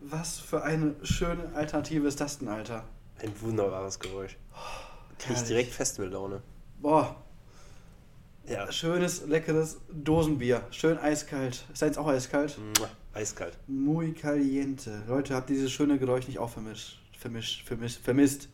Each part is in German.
Was für eine schöne Alternative ist das denn, Alter? Ein wunderbares Geräusch. Krieg ich Herrlich. direkt Festival-Laune. Boah, Ja. schönes, leckeres Dosenbier. Schön eiskalt. Ist deins auch eiskalt? Mua, Eiskalt. Muy caliente. Leute, habt dieses schöne Geräusch nicht auch vermischt? Vermischt, vermisst, vermisst.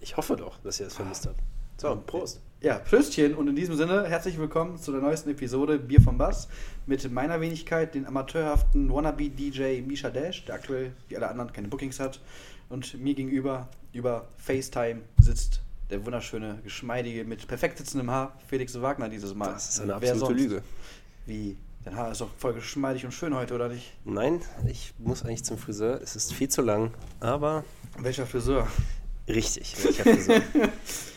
Ich hoffe doch, dass ihr das vermisst habt. So, Prost. Ja, Pröstchen und in diesem Sinne herzlich willkommen zu der neuesten Episode Bier vom Bass mit meiner Wenigkeit, den amateurhaften Wannabe-DJ Misha Dash, der aktuell, wie alle anderen, keine Bookings hat. Und mir gegenüber über FaceTime sitzt der wunderschöne, geschmeidige, mit perfekt sitzendem Haar Felix Wagner dieses Mal. Das ist eine Wer absolute sonst? Lüge. Wie? Dein Haar ist doch voll geschmeidig und schön heute, oder nicht? Nein, ich muss eigentlich zum Friseur. Es ist viel zu lang, aber Welcher Friseur? richtig. Welcher Friseur?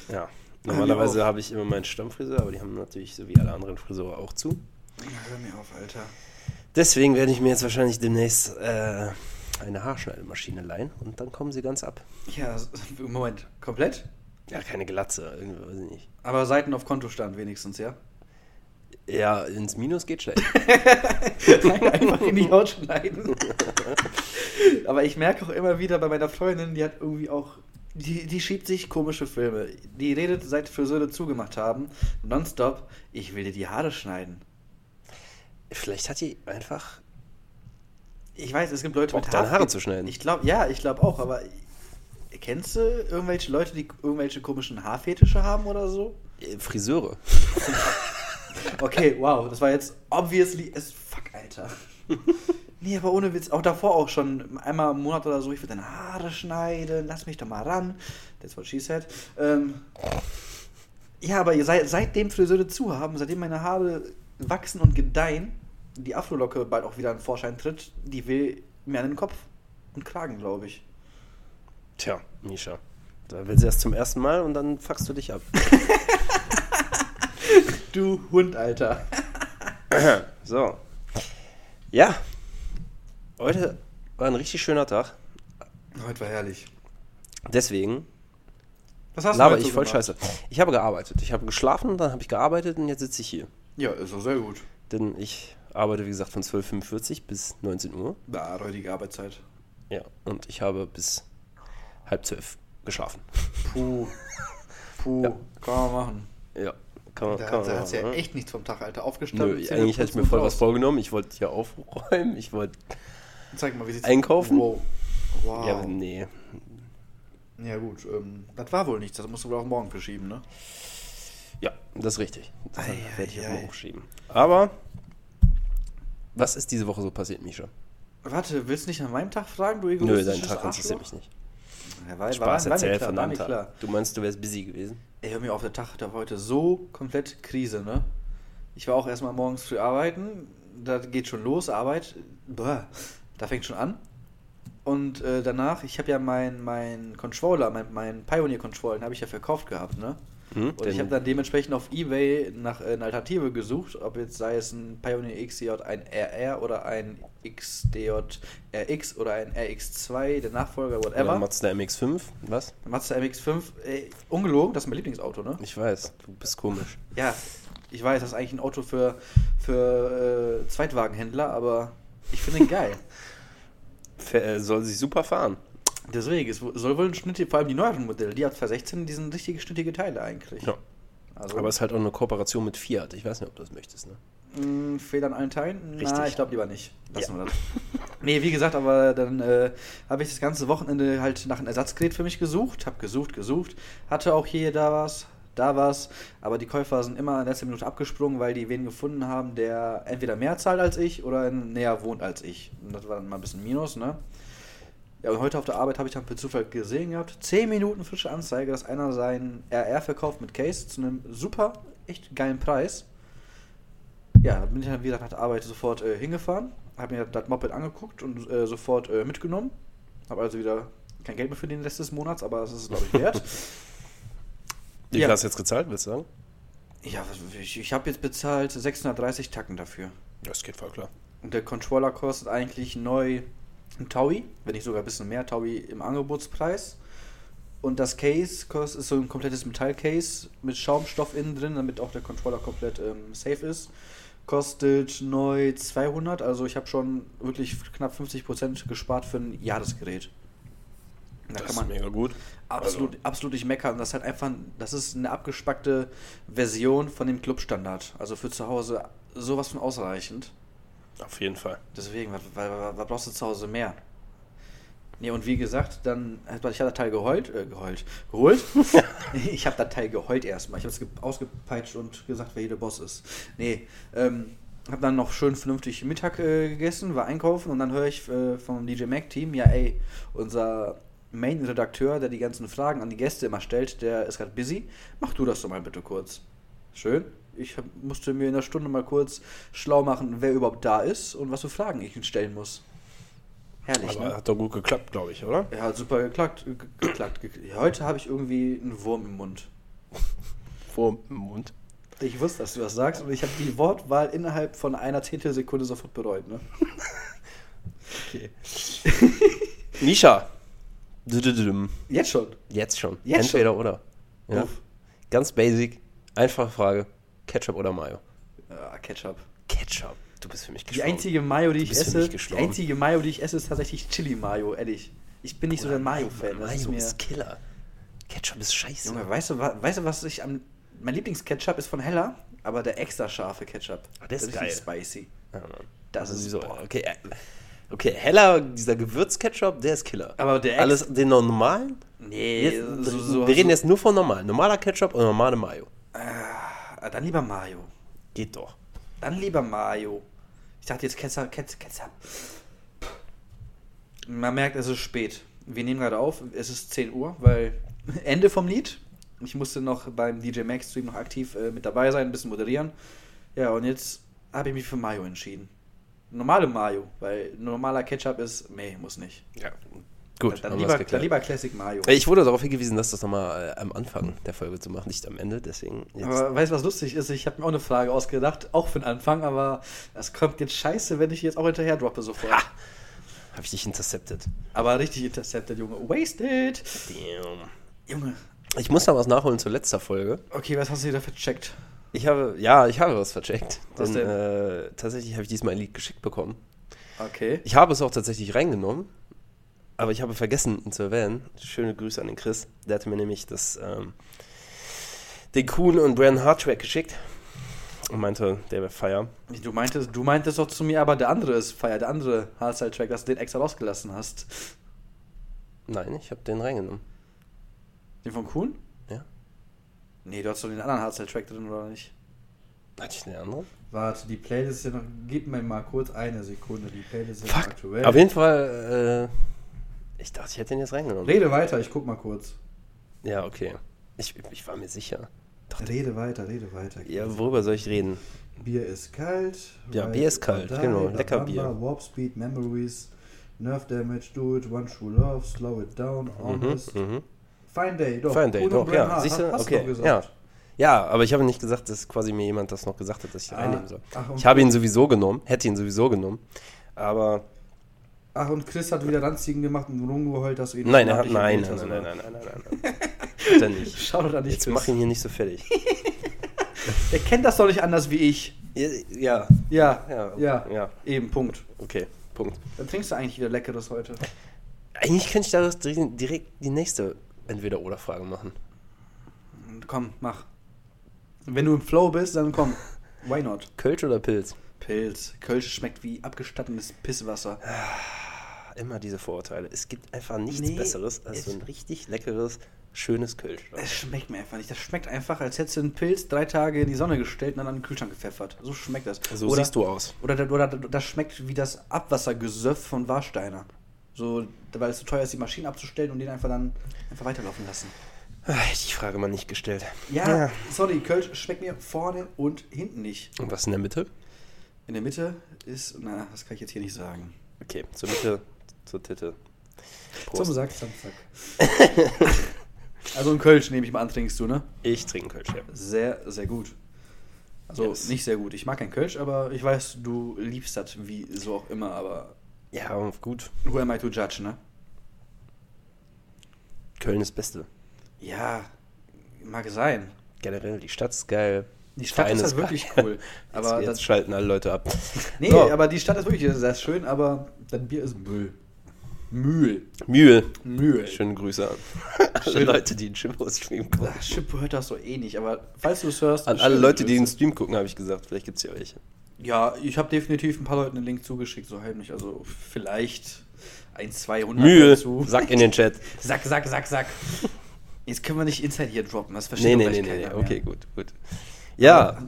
ja. Normalerweise auf. habe ich immer meinen Stammfriseur, aber die haben natürlich, so wie alle anderen Friseure, auch zu. Na, hör mir auf, Alter. Deswegen werde ich mir jetzt wahrscheinlich demnächst äh, eine Haarschneidemaschine leihen und dann kommen sie ganz ab. Ja, Moment, komplett? Ja, keine Glatze, irgendwie, weiß ich nicht. Aber Seiten auf Kontostand wenigstens, ja? Ja, ins Minus geht schlecht. einfach in die Haut schneiden. Aber ich merke auch immer wieder bei meiner Freundin, die hat irgendwie auch. Die, die schiebt sich komische Filme. Die redet, seit Friseure zugemacht haben, nonstop, ich will dir die Haare schneiden. Vielleicht hat die einfach Ich weiß, es gibt Leute Bock, mit deine Haare zu schneiden. Ich glaube, ja, ich glaube auch, aber kennst du irgendwelche Leute, die irgendwelche komischen Haarfetische haben oder so? äh, Friseure. Okay, wow, das war jetzt obviously as fuck, Alter. Nee, aber ohne Witz, auch davor auch schon einmal im Monat oder so, ich will deine Haare schneiden, lass mich doch mal ran. That's what she said. Ähm, ja, aber ihr seid, seitdem Friseure zu haben, seitdem meine Haare wachsen und gedeihen, die Afrolocke bald auch wieder an den Vorschein tritt, die will mir an den Kopf und Kragen, glaube ich. Tja, Misha. Da will sie das zum ersten Mal und dann fuckst du dich ab. Du Hund, Alter. So. Ja. Heute war ein richtig schöner Tag. Heute war herrlich. Deswegen Was hast laber heute ich so voll gemacht? scheiße. Ich habe gearbeitet. Ich habe geschlafen, dann habe ich gearbeitet und jetzt sitze ich hier. Ja, ist doch sehr gut. Denn ich arbeite, wie gesagt, von 12.45 bis 19 Uhr. Na, heutige Arbeitszeit. Ja. Und ich habe bis halb zwölf geschlafen. Puh. Puh. Ja. Kann man machen. Ja. Kann man, Da kann man hat, da hat's ja machen, ne? echt nichts vom Tag, Alter. Aufgestanden. Nö, Zähne eigentlich hätte ich putzen mir voll und was raus. vorgenommen. Ich wollte hier aufräumen. Ich wollte. Zeig mal, wie sieht's einkaufen. Wow. wow. Ja, Ja, nee. gut. Ähm, das war wohl nichts. Das musst du wohl auf morgen verschieben, ne? Ja, das ist richtig. Das Ei, werde ich ei, auch ei. mal hochschieben. Aber was ist diese Woche so passiert, Misha? Warte, willst du nicht nach meinem Tag fragen, du Nö, egoistisches dein Tag Arschloch? interessiert mich nicht. Ja, war, Spaß, war, war mir erzähl klar, von war deinem mir Tag. klar. Du meinst, du wärst busy gewesen? Ey, hör mir auf, der Tag da war heute so komplett Krise, ne? Ich war auch erstmal morgens früh arbeiten. Da geht schon los, Arbeit. Bäh, da fängt schon an. Und äh, danach, ich habe ja meinen mein Controller, meinen mein Pioneer-Controller, den habe ich ja verkauft gehabt, ne? Hm? Und ich habe dann dementsprechend auf Ebay nach äh, einer Alternative gesucht, ob jetzt sei es ein Pioneer XDJ, ein RR oder ein XDJ RX oder ein RX2, der Nachfolger, Oder whatever. Mazda MX5? Was? Mazda MX5, ey, ungelogen, das ist mein Lieblingsauto, ne? Ich weiß, du bist komisch. Ja, ich weiß, das ist eigentlich ein Auto für, für äh, Zweitwagenhändler, aber ich finde ihn geil. Fäh- äh, Soll sich super fahren. Deswegen, es soll wohl ein schnittiger, vor allem die neueren Modelle, die ab 2016, die sind richtige schnittige Teile eigentlich. Ja. Also, Aber es ist halt auch eine Kooperation mit Fiat. Ich weiß nicht, ob du das möchtest. Ne? Mh, Fehler Hm, an allen Teilen? Na, Richtig. ich glaube lieber nicht. Lassen wir Ja. das. Nee, wie gesagt, aber dann äh, habe ich das ganze Wochenende halt nach einem Ersatzgerät für mich gesucht, habe gesucht, gesucht, hatte auch hier da was, da was, aber die Käufer sind immer in letzter Minute abgesprungen, weil die wen gefunden haben, der entweder mehr zahlt als ich oder in- näher wohnt als ich. Und das war dann mal ein bisschen Minus, ne? Ja, und heute auf der Arbeit habe ich dann per Zufall gesehen gehabt, 10 Minuten frische Anzeige, dass einer seinen RR verkauft mit Case zu einem super, echt geilen Preis. Ja, da bin ich dann wieder nach der Arbeit sofort äh, hingefahren, habe mir das Moped angeguckt und äh, sofort äh, mitgenommen. Habe also wieder kein Geld mehr für den Rest des Monats, aber es ist, glaube ich, wert. Wie Ja. viel hast du jetzt gezahlt, willst du sagen? ja, was- ich, ich habe jetzt bezahlt 630 Tacken dafür. Das geht voll klar. Und der Controller kostet eigentlich neu ein Taui, wenn nicht sogar ein bisschen mehr Taui im Angebotspreis. Und das Case kost- ist so ein komplettes Metallcase mit Schaumstoff innen drin, damit auch der Controller komplett ähm, safe ist. Kostet neu 200, also ich habe schon wirklich knapp 50% gespart für ein Jahresgerät. Da das kann man ist mega also gut. absolut, absolut nicht meckern. Das ist halt einfach, das ist eine abgespackte Version von dem Clubstandard. Also für zu Hause sowas von ausreichend. Auf jeden Fall. Deswegen, was, was, was brauchst du zu Hause mehr? Nee, und wie gesagt, dann hat ich habe das Teil geheult, äh, geheult, geholt. ich habe das Teil geheult erstmal. Ich habe es ge- ausgepeitscht und gesagt, wer hier der Boss ist. Nee, ähm, habe dann noch schön vernünftig Mittag äh, gegessen, war einkaufen und dann höre ich äh, vom DJ Mac Team, ja ey, unser Main-Redakteur, der die ganzen Fragen an die Gäste immer stellt, der ist gerade busy. Mach du das doch mal bitte kurz. Schön. Ich hab, musste mir in der Stunde mal kurz schlau machen, wer überhaupt da ist und was für Fragen ich ihm stellen muss. Herrlich, Aber ne? hat doch gut geklappt, glaube ich, oder? Ja, hat super geklackt. ge- geklackt ge Heute habe ich irgendwie einen Wurm im Mund. Vor dem Mund. Ich wusste, dass du das sagst und ich habe die Wortwahl innerhalb von einer Zehntelsekunde sofort bereut. Ne? Nisha. Düdüdüm. Jetzt schon. Jetzt schon. Jetzt Entweder oder. Ja. Uff. Ganz basic. Einfache Frage. Ketchup oder Mayo? Ah, Ketchup. Ketchup. Du bist für mich Die gestorben. einzige Mayo, die ich bist für mich esse, die gestorben. einzige Mayo, die ich esse, ist tatsächlich Chili Mayo, ehrlich. Ich bin nicht so der Mayo-Fan. Das ist Mayo mir. ist Killer. Ketchup ist scheiße. Junge, weißt du, wa- weißt du, was ich am. Mein Lieblingsketchup ist von Hella, aber der extra scharfe Ketchup. Ah, der ist richtig geil. spicy. Ja, Mann. Das Also ist- so, okay, äh, okay, heller, dieser Gewürzketchup, der ist Killer. Aber der Ex- Alles, den normalen? Nee, Jetzt- so, so, wir reden so, jetzt nur von normal. Normaler Ketchup und normale Mayo. Ah, Dann lieber Mayo. Geht doch. Dann lieber Mayo. Ich dachte jetzt Ketzer, Ketzer, Ketzer. Man merkt, es ist spät. Wir nehmen gerade auf, es ist 10 Uhr, weil Ende vom Lied. Ich musste noch beim DJ Max Stream noch aktiv äh, mit dabei sein, ein bisschen moderieren. Ja, und jetzt habe ich mich für Mayo entschieden. Normale Mayo, weil normaler Ketchup ist, nee, muss nicht. Ja. Gut, dann, dann, haben wir's lieber, dann geklärt. lieber Classic Mayo. Ich wurde darauf hingewiesen, dass das nochmal äh, am Anfang der Folge zu machen, nicht am Ende, deswegen jetzt. Aber weißt du, was lustig ist? Ich habe mir auch eine Frage ausgedacht, auch für den Anfang, aber das kommt jetzt scheiße, wenn ich jetzt auch hinterher droppe sofort. habe ich dich intercepted. Aber richtig intercepted, Junge. Wasted! Damn. Junge. Ich muss da was nachholen zur letzter Folge. Okay, was hast du dir dafür gecheckt? Ich habe, ja, ich habe was vercheckt. Was denn, Äh, tatsächlich habe ich diesmal ein Lied geschickt bekommen. Okay. Ich habe es auch tatsächlich reingenommen, aber ich habe vergessen, ihn zu erwähnen. Schöne Grüße an den Chris. Der hatte mir nämlich das, ähm, den Kuhn und Bran Hart Track geschickt und meinte, der wäre fire. Du meintest, du meintest doch zu mir, aber der andere ist feier, der andere Hardstyle-Track, dass du den extra rausgelassen hast. Nein, ich habe den reingenommen. Den von Kuhn? Ja. Nee, du hast doch den anderen Hardstyle-Track drin, oder nicht? Hatte ich den anderen? Warte, die Playlist ist ja noch. Gib mir mal kurz eine Sekunde, die Playlist ist Fuck. Auf jeden Fall, äh, ich dachte, ich hätte den jetzt reingenommen. Rede weiter, ich guck mal kurz. Ja, okay. Ich, ich war mir sicher. Rede weiter, rede weiter. Ja, worüber soll ich reden? Bier ist kalt. Ja, Ride Bier ist or kalt, Die, genau, La lecker Bamba, Bier. Warp Speed, Memories, Nerve Damage, Do It, One True Love, Slow It Down, Honest. Mhm. Fine Day, doch. Fine Day, Bruno doch, ja. Bernhard, Siehst du? hast- hast Okay, doch gesagt. ja. Ja, aber ich habe nicht gesagt, dass quasi mir jemand das noch gesagt hat, dass ich ihn Ah, reinnehmen soll. ach, und- ich habe ihn sowieso genommen, hätte ihn sowieso genommen. Aber Ach, und Chris hat wieder Ranzigen gemacht und rumgeheult, dass du ihn nein, er hat, nicht mag. nein, Ich hab nein, ihn nein, nicht nein, nein, nein, nein, nein, nein. Hat er nicht. Schau doch an dich, Jetzt mach ihn hier nicht so fertig. Er kennt das doch nicht anders wie ich. Ja, Ja, ja, ja. ja. Eben, Punkt. Okay, Punkt. Dann trinkst du eigentlich wieder Leckeres heute. Eigentlich könnte ich daraus dri- direkt die nächste Entweder-Oder-Frage machen. Komm, mach. Wenn du im Flow bist, dann komm. Why not? Kölsch oder Pilz? Pilz. Kölsch schmeckt wie abgestattenes Pisswasser. Ah, Immer diese Vorurteile. Es gibt einfach nichts Nee, Besseres als es- so ein richtig leckeres, schönes Kölsch. Es schmeckt mir einfach nicht. Das schmeckt einfach, als hättest du einen Pilz drei Tage in die Sonne gestellt und dann an den Kühlschrank gepfeffert. So schmeckt das. So oder, siehst du aus. Oder, das- oder das schmeckt wie das Abwassergesöff von Warsteiner. So, weil es so teuer ist, die Maschinen abzustellen und den einfach dann einfach weiterlaufen lassen. Ah, Hätte ich die Frage mal nicht gestellt. Ja, sorry, Kölsch schmeckt mir vorne und hinten nicht. Und was in der Mitte? In der Mitte ist, na, das kann ich jetzt hier nicht sagen. Okay, zur Mitte, zur Titte. Zum Sack, zum Sack. also ein Kölsch nehme ich mal an, trinkst du, ne? Ich trinke Kölsch, ja. Sehr, sehr gut. Also Yes. nicht sehr gut. Ich mag kein Kölsch, aber ich weiß, du liebst das wie so auch immer, aber Ja, und gut. who am I to judge, ne? Köln ist Beste. Ja, mag sein. Generell, die Stadt ist geil. Die Stadt Verein ist halt ist wirklich cool. Aber Aber jetzt, jetzt das, schalten alle Leute ab. nee, So. aber die Stadt ist wirklich sehr schön, aber dein Bier ist Müll. Mühl. Mühl. Mühl. Schöne Grüße an alle Schön. Leute, die den Jimbo-Stream gucken. Ach, Schippe hört das so eh nicht, aber falls du es hörst. An alle schöne Leute, die den Grüße. Stream gucken, habe ich gesagt. Vielleicht gibt es ja welche. Ja, ich habe definitiv ein paar Leuten einen Link zugeschickt, so heimlich. Also vielleicht ein, 200 Mühl, dazu. sag in den Chat. Sack, sack, sack, sack. Jetzt können wir nicht Inside hier droppen, das Nee, versteht nee, doch nee, gleich nee, nee. keiner Okay, mehr. gut, gut. Ja,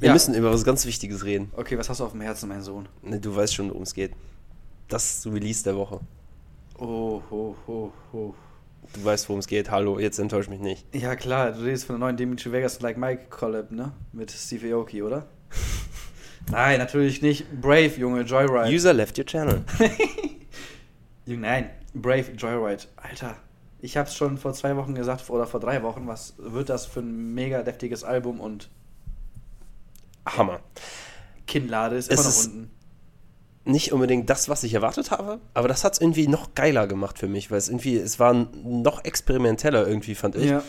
wir Ja. müssen über was ganz Wichtiges reden. Okay, was hast du auf dem Herzen, mein Sohn? Ne, Du weißt schon, worum es geht. Das Release der Woche. Oh, ho, ho, ho. Du weißt, worum es geht. Hallo, jetzt enttäusch mich nicht. Ja, klar, du redest von der neuen Dimitri Vegas und Like Mike Collab, ne? Mit Steve Aoki, oder? Nein, natürlich nicht. Brave, Junge, Joyride. User left your channel. Junge, Nein, Brave Joyride. Alter, ich hab's schon vor zwei Wochen gesagt oder vor drei Wochen. Was wird das für ein mega deftiges Album und Hammer. Kinnlade ist Es immer noch ist- unten. Nicht unbedingt das, was ich erwartet habe, aber das hat es irgendwie noch geiler gemacht für mich, weil es irgendwie, es war noch experimenteller irgendwie, fand ich. Ja.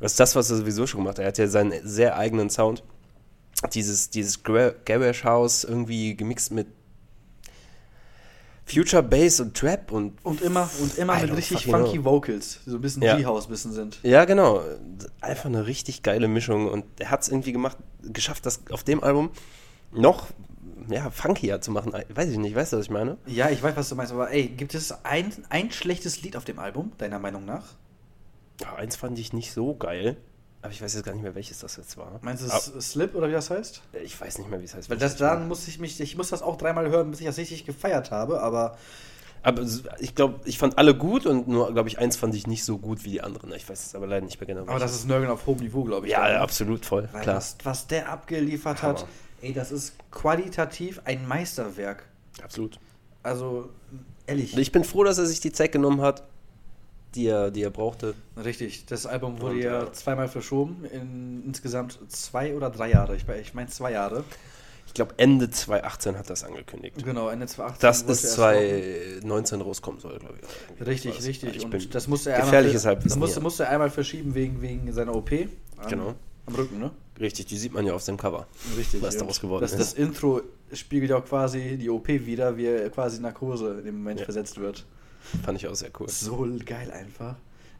Das ist das, was er sowieso schon gemacht hat. Er hat ja seinen sehr eigenen Sound. Dieses, dieses Gra- Garage House irgendwie gemixt mit Future Bass und Trap und. Und immer, und immer I mit don't richtig fucking funky know. Vocals, die so ein bisschen Ja. G-House-Bissen sind. Ja, genau. Einfach eine richtig geile Mischung und er hat es irgendwie gemacht, geschafft, das auf dem Album noch ja, funkier zu machen. Weiß ich nicht, weißt du, was ich meine? Ja, ich weiß, was du meinst, aber ey, gibt es ein, ein schlechtes Lied auf dem Album, deiner Meinung nach? Ja, eins fand ich nicht so geil, aber ich weiß jetzt gar nicht mehr, welches das jetzt war. Meinst du es Slip oder wie das heißt? Ah, Ich weiß nicht mehr, wie es heißt. Weil das dann muss Ah. ich mich, ich muss das auch dreimal hören, bis ich das richtig gefeiert habe, aber Aber s- ich glaube, ich fand alle gut und nur, glaube ich, eins fand ich nicht so gut wie die anderen. Ich weiß es aber leider nicht mehr genau. Aber das ist Nörgeln auf hohem Niveau, glaube ich. ja, dann, ne? ja, absolut voll. Weil Klar. Was, was der abgeliefert hat, Hammer. ey, das ist qualitativ ein Meisterwerk. Absolut. Also, ehrlich. Ich bin froh, dass er sich die Zeit genommen hat, die er, die er brauchte. Richtig, das Album wurde Und, ja äh, zweimal verschoben, in insgesamt zwei oder drei Jahre. Ich, ich meine zwei Jahre. Ich glaube, Ende 2018 hat das angekündigt. Genau, Ende 2018. Das wollte ist erst 2019 rauskommen soll, glaube ich. noch- Richtig, Das war's. richtig. Also, Ich bin Und das musste er gefährliches einmal, Halbwissen das musste, hier. musste er einmal verschieben wegen, wegen seiner OP. Am, Genau. Am Rücken, ne? richtig, die sieht man ja auf dem Cover. Richtig. Was und daraus geworden das, ist. Das Intro spiegelt ja auch quasi die OP wieder, wie er quasi in Narkose in dem Moment Ja. versetzt wird. Fand ich auch sehr cool. So geil einfach.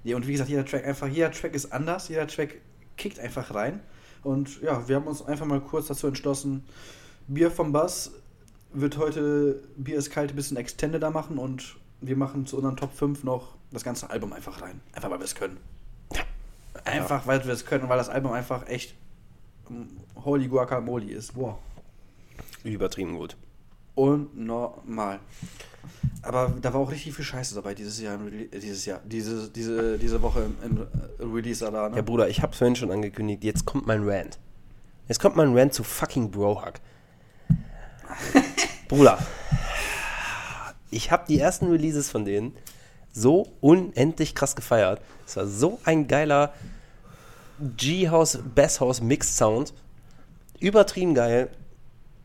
Ja, und wie gesagt, jeder Track einfach, jeder Track ist anders, jeder Track kickt einfach rein. Und ja, wir haben uns einfach mal kurz dazu entschlossen, Bier vom Bass wird heute Bier ist kalt ein bisschen extendeder machen und wir machen zu unseren Top 5 noch das ganze Album einfach rein. Einfach weil wir es können. Einfach weil wir es können, und weil das Album einfach echt mm, Holy Guacamole ist. Wow. Übertrieben gut. Und normal. Aber da war auch richtig viel Scheiße dabei dieses Jahr, im Rele- äh, dieses Jahr, diese, diese, diese Woche im, im äh, Release-Alarm. Ja, Bruder, ich hab's vorhin schon angekündigt. Jetzt kommt mein Rant. Jetzt kommt mein Rant zu fucking Brohack. Bruder, ich hab die ersten Releases von denen so unendlich krass gefeiert. Es war so ein geiler G-House, Bass-House Mix-Sound. Übertrieben geil.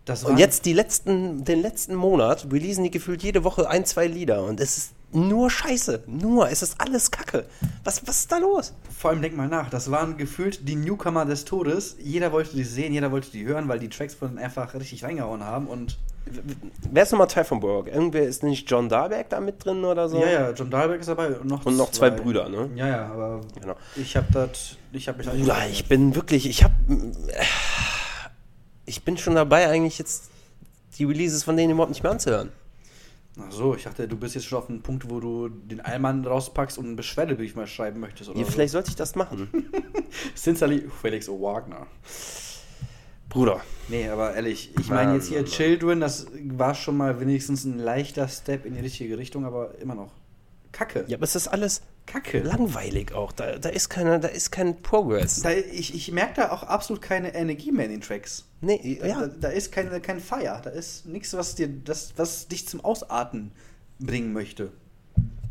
das Und jetzt die letzten, den letzten Monat releasen die gefühlt jede Woche ein, zwei Lieder. Und es ist nur Scheiße. Nur. Es ist alles Kacke. Was, was ist da los? vor allem denk mal nach, das waren gefühlt die Newcomer des Todes. Jeder wollte die sehen, jeder wollte die hören, weil die Tracks von denen einfach richtig reingehauen haben. Und Wer ist nochmal Teil von Borg? Irgendwer ist nicht John Darberg da mit drin oder so? ja, ja, John Dahlberg ist dabei und noch Und noch zwei Brüder, ne? Ja, ja, aber Genau. ich hab das, ich hab mich da nicht Bruder, ich bin wirklich, ich hab. Ich bin schon dabei, eigentlich jetzt die Releases von denen überhaupt nicht mehr anzuhören. Ach so, ich dachte, du bist jetzt schon auf einem Punkt, wo du den Allmann rauspackst und einen Beschwerdebrief mal schreiben möchtest oder Ja, so. vielleicht sollte ich das machen. Sincerely, Felix O. Wagner. Bruder, Nee, aber ehrlich, ich Mann, meine jetzt hier Mann, Mann. Children, das war schon mal wenigstens ein leichter Step in die richtige Richtung, aber immer noch. Kacke. ja, aber es ist alles Kacke. langweilig auch. Da, da ist keiner, da ist kein Progress. Da, ich ich merke da auch absolut keine Energie mehr in den Tracks. Nee, Da, da, ja, da ist keine, kein Feier. Da ist nichts, was dir das, was dich zum Ausatmen bringen möchte.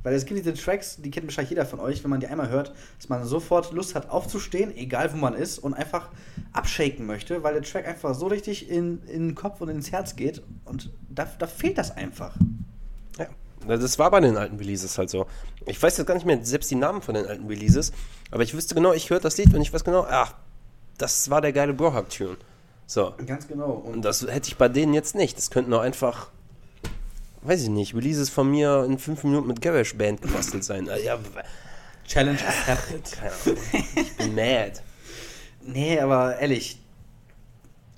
Weil es gibt diese Tracks, die kennt wahrscheinlich jeder von euch, wenn man die einmal hört, dass man sofort Lust hat aufzustehen, egal wo man ist, und einfach abshaken möchte, weil der Track einfach so richtig in, in den Kopf und ins Herz geht. Und da, da fehlt das einfach. Ja, das war bei den alten Releases halt so. Ich weiß jetzt gar nicht mehr selbst die Namen von den alten Releases, aber ich wüsste genau, ich höre das Lied und ich weiß genau, ach, das war der geile Brohawk-Tune. So. Ganz genau. Und Und das hätte ich bei denen jetzt nicht. Das könnten auch einfach, weiß ich nicht, Releases von mir in fünf Minuten mit GarageBand gebastelt sein. Äh, Ja, w- Challenge accepted. keine Ahnung. Ich bin mad. Nee, aber ehrlich.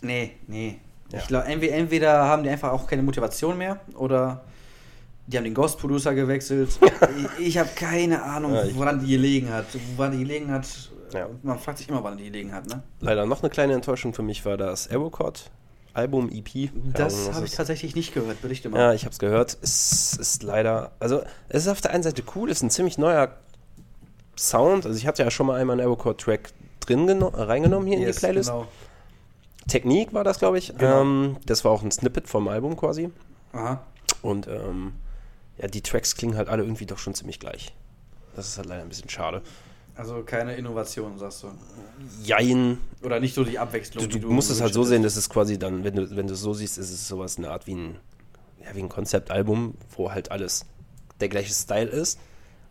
Nee, nee. Ja. Ich glaube, entweder, entweder haben die einfach auch keine Motivation mehr oder die haben den Ghost Producer gewechselt. ich ich habe keine Ahnung, Ja, ich- woran die gelegen hat. Woran die gelegen hat. Ja. Man fragt sich immer, woran die gelegen hat, ne? Leider noch eine kleine Enttäuschung für mich war das Aerocod Album EP. Keine Ahnung, Das was habe ich ist. tatsächlich nicht gehört, berichte mal. Ja, ich habe es gehört. Es ist leider, also es ist auf der einen Seite cool, es ist ein ziemlich neuer Sound. Also ich hatte ja schon mal einmal einen Aerocod-Track drin geno- reingenommen hier in die Playlist. Genau. Technik war das, glaube ich. Genau. Ähm, das war auch ein Snippet vom Album quasi. Aha. Und ähm, ja, die Tracks klingen halt alle irgendwie doch schon ziemlich gleich. Das ist halt leider ein bisschen schade. Also keine Innovation, sagst du. Jein. Oder nicht so die Abwechslung. Du, die du musst es halt so gewünscht sehen, dass es quasi dann, wenn du, wenn du es so siehst, ist es sowas eine Art wie ein, ja, wie ein Konzeptalbum, wo halt alles der gleiche Style ist.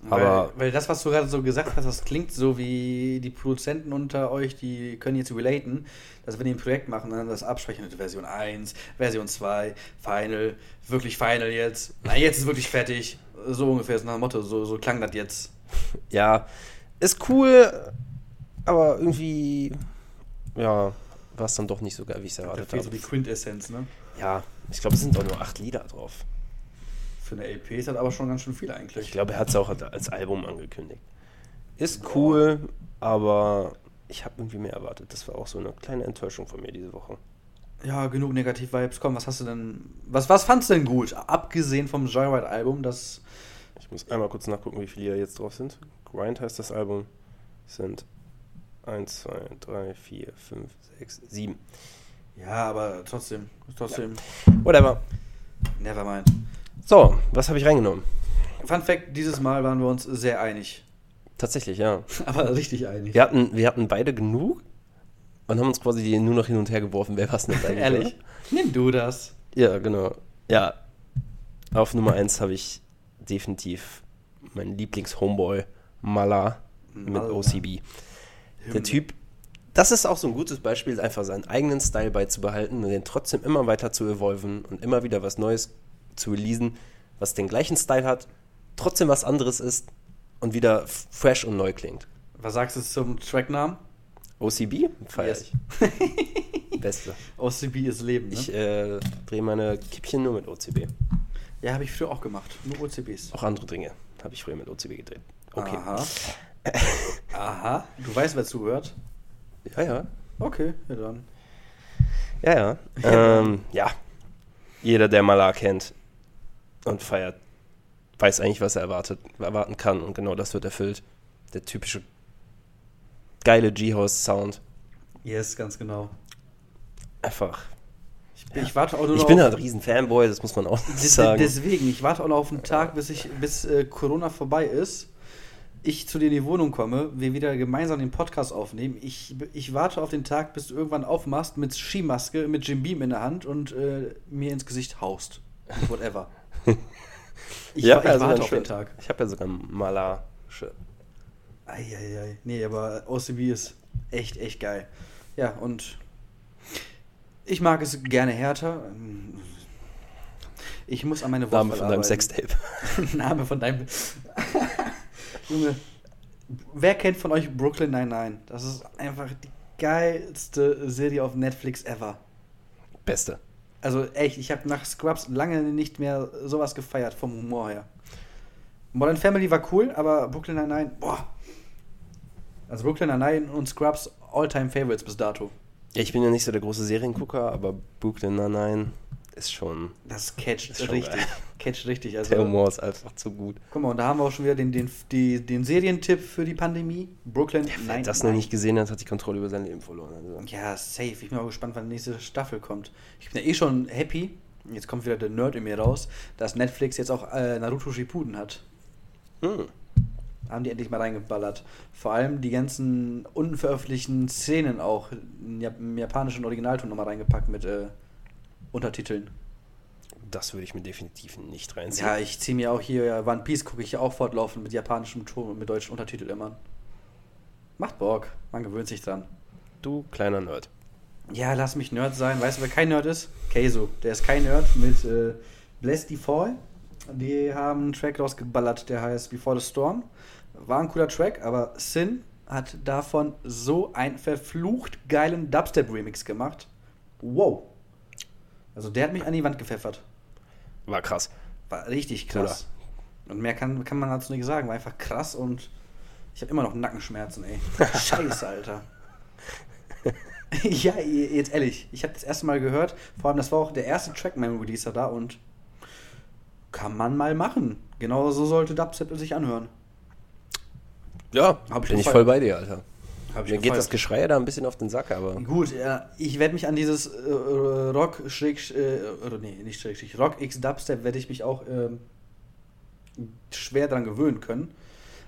Aber weil, weil das, was du gerade so gesagt hast, das klingt so wie die Produzenten unter euch, die können jetzt relaten, dass wenn die ein Projekt machen, dann das absprechen mit Version 1, Version 2, Final, wirklich Final jetzt, na jetzt ist wirklich fertig, so ungefähr ist nach dem Motto, so, so klang das jetzt. ja, ist cool, aber irgendwie, ja, war es dann doch nicht so geil, wie ich es Da erwartet fehlt so die habe. Quintessenz, ne? Ja, ich glaube, es sind doch nur acht Lieder drauf. Für eine LP ist das aber schon ganz schön viel eigentlich. Ich glaube, er hat es auch als Album angekündigt. Ist cool, aber ich habe irgendwie mehr erwartet. Das war auch so eine kleine Enttäuschung von mir diese Woche. Ja, genug Negativ-Vibes, komm, was hast du denn, was, was fandst du denn gut? Abgesehen vom Joyride-Album, das Ich muss einmal kurz nachgucken, wie viele Lieder jetzt drauf sind. Grind heißt das Album. Es sind 1, 2, 3, 4, 5, 6, 7. Ja, aber trotzdem, trotzdem, Whatever. nevermind. So, was habe ich reingenommen? Fun Fact: Dieses Mal waren wir uns sehr einig. Tatsächlich, ja. Aber richtig einig. Wir hatten, wir hatten beide genug und haben uns quasi die nur noch hin und her geworfen. Wer was denn jetzt eigentlich? Ehrlich. Nimm du das. Oder? Ja, genau. Ja. Auf Nummer 1 habe ich definitiv meinen Lieblings-Homeboy Mala mit Mala. OCB. Der Typ, das ist auch so ein gutes Beispiel, einfach seinen eigenen Style beizubehalten und den trotzdem immer weiter zu evolven und immer wieder was Neues zu releasen, was den gleichen Style hat, trotzdem was anderes ist und wieder f- fresh und neu klingt. Was sagst du zum Tracknamen? OCB? Feier Yes. ich. Beste. OCB ist Leben. Ne? Ich äh, drehe meine Kippchen nur mit OCB. ja, habe ich früher auch gemacht. Nur OCBs. Auch andere Dinge habe ich früher mit OCB gedreht. Okay. Aha. Aha. Du weißt, wer zuhört. Ja, ja. Okay, ja dann. Ja, ja. ähm, ja. Jeder, der Malar kennt und feiert, weiß eigentlich, was er erwartet, erwarten kann. Und genau das wird erfüllt. Der typische geile G-House-Sound. Yes, ganz genau. Einfach. Ich, bin- ich warte auch nur Ich noch bin auf- halt ein riesen Fanboy, das muss man auch Des- sagen. Deswegen, ich warte auch noch auf den Tag, bis, ich, bis äh, Corona vorbei ist, ich zu dir in die Wohnung komme, wir wieder gemeinsam den Podcast aufnehmen. Ich, ich warte auf den Tag, bis du irgendwann aufmachst mit Skimaske, mit Jim Beam in der Hand und äh, mir ins Gesicht haust. Whatever. Ich, Ja, wa- ich also warte mein auf den Shirt. Tag. Ich habe ja sogar ein Malar-Shirt. Eieiei. Nee, aber OCB ist echt, echt geil. Ja, und ich mag es gerne härter. Ich muss an meine Wortwahl Name von deinem arbeiten. Sextape. Name von deinem. Junge, wer kennt von euch Brooklyn 99? Das ist einfach die geilste Serie auf Netflix ever. Beste. Also echt, ich habe nach Scrubs lange nicht mehr sowas gefeiert vom Humor her. Modern Family war cool, aber Brooklyn 99, boah. Also Brooklyn 99 und Scrubs All-Time Favorites bis dato. Ja, ich bin ja nicht so der große Seriengucker, aber Brooklyn Nine-Nine ist schon. Das catcht Ist schon richtig. geil. Catcht richtig. Also, Der Humor ist einfach zu gut. Guck mal, und da haben wir auch schon wieder den, den, die, den Serientipp für die Pandemie. Brooklyn Wer 99. das noch nicht gesehen hat, hat die Kontrolle über sein Leben verloren. Also. Ja, safe. Ich bin mal gespannt, wann die nächste Staffel kommt. Ich bin ja eh schon happy. Jetzt kommt wieder der Nerd in mir raus, dass Netflix jetzt auch äh, Naruto Shippuden hat. Hm. Haben die endlich mal reingeballert. Vor allem die ganzen unveröffentlichten Szenen auch in Jap- im japanischen Originalton nochmal reingepackt mit äh, Untertiteln. Das würde ich mir definitiv nicht reinziehen. Ja, ich ziehe mir auch hier ja, One Piece, gucke ich ja auch fortlaufend mit japanischem Ton und mit deutschen Untertiteln immer. Macht Bock, man gewöhnt sich dran. Du kleiner Nerd. Ja, lass mich Nerd sein. Weißt du, wer kein Nerd ist? Keizo. Der ist kein Nerd mit äh, Bless the Fall. Die haben einen Track rausgeballert, der heißt Before the Storm. War ein cooler Track, aber Sin hat davon so einen verflucht geilen Dubstep-Remix gemacht. Wow. Also der hat mich an die Wand gepfeffert. War krass. War richtig krass. Und mehr kann, kann man dazu nicht sagen. War einfach krass und ich habe immer noch Nackenschmerzen, ey. Scheiße, Alter. ja, jetzt ehrlich. Ich habe das erste Mal gehört. Vor allem, das war auch der erste Track meinem Releaser da und kann man mal machen. Genau so sollte Dubstep sich anhören. Ja, Hab ich bin ich gefeiert. voll bei dir, Alter. Hab Mir geht gefeiert. das Geschrei da ein bisschen auf den Sack, aber Gut, ja, ich werde mich an dieses äh, Rock schräg, äh, oder nee, nicht schräg, schräg Rock X Dubstep werde ich mich auch ähm, schwer dran gewöhnen können.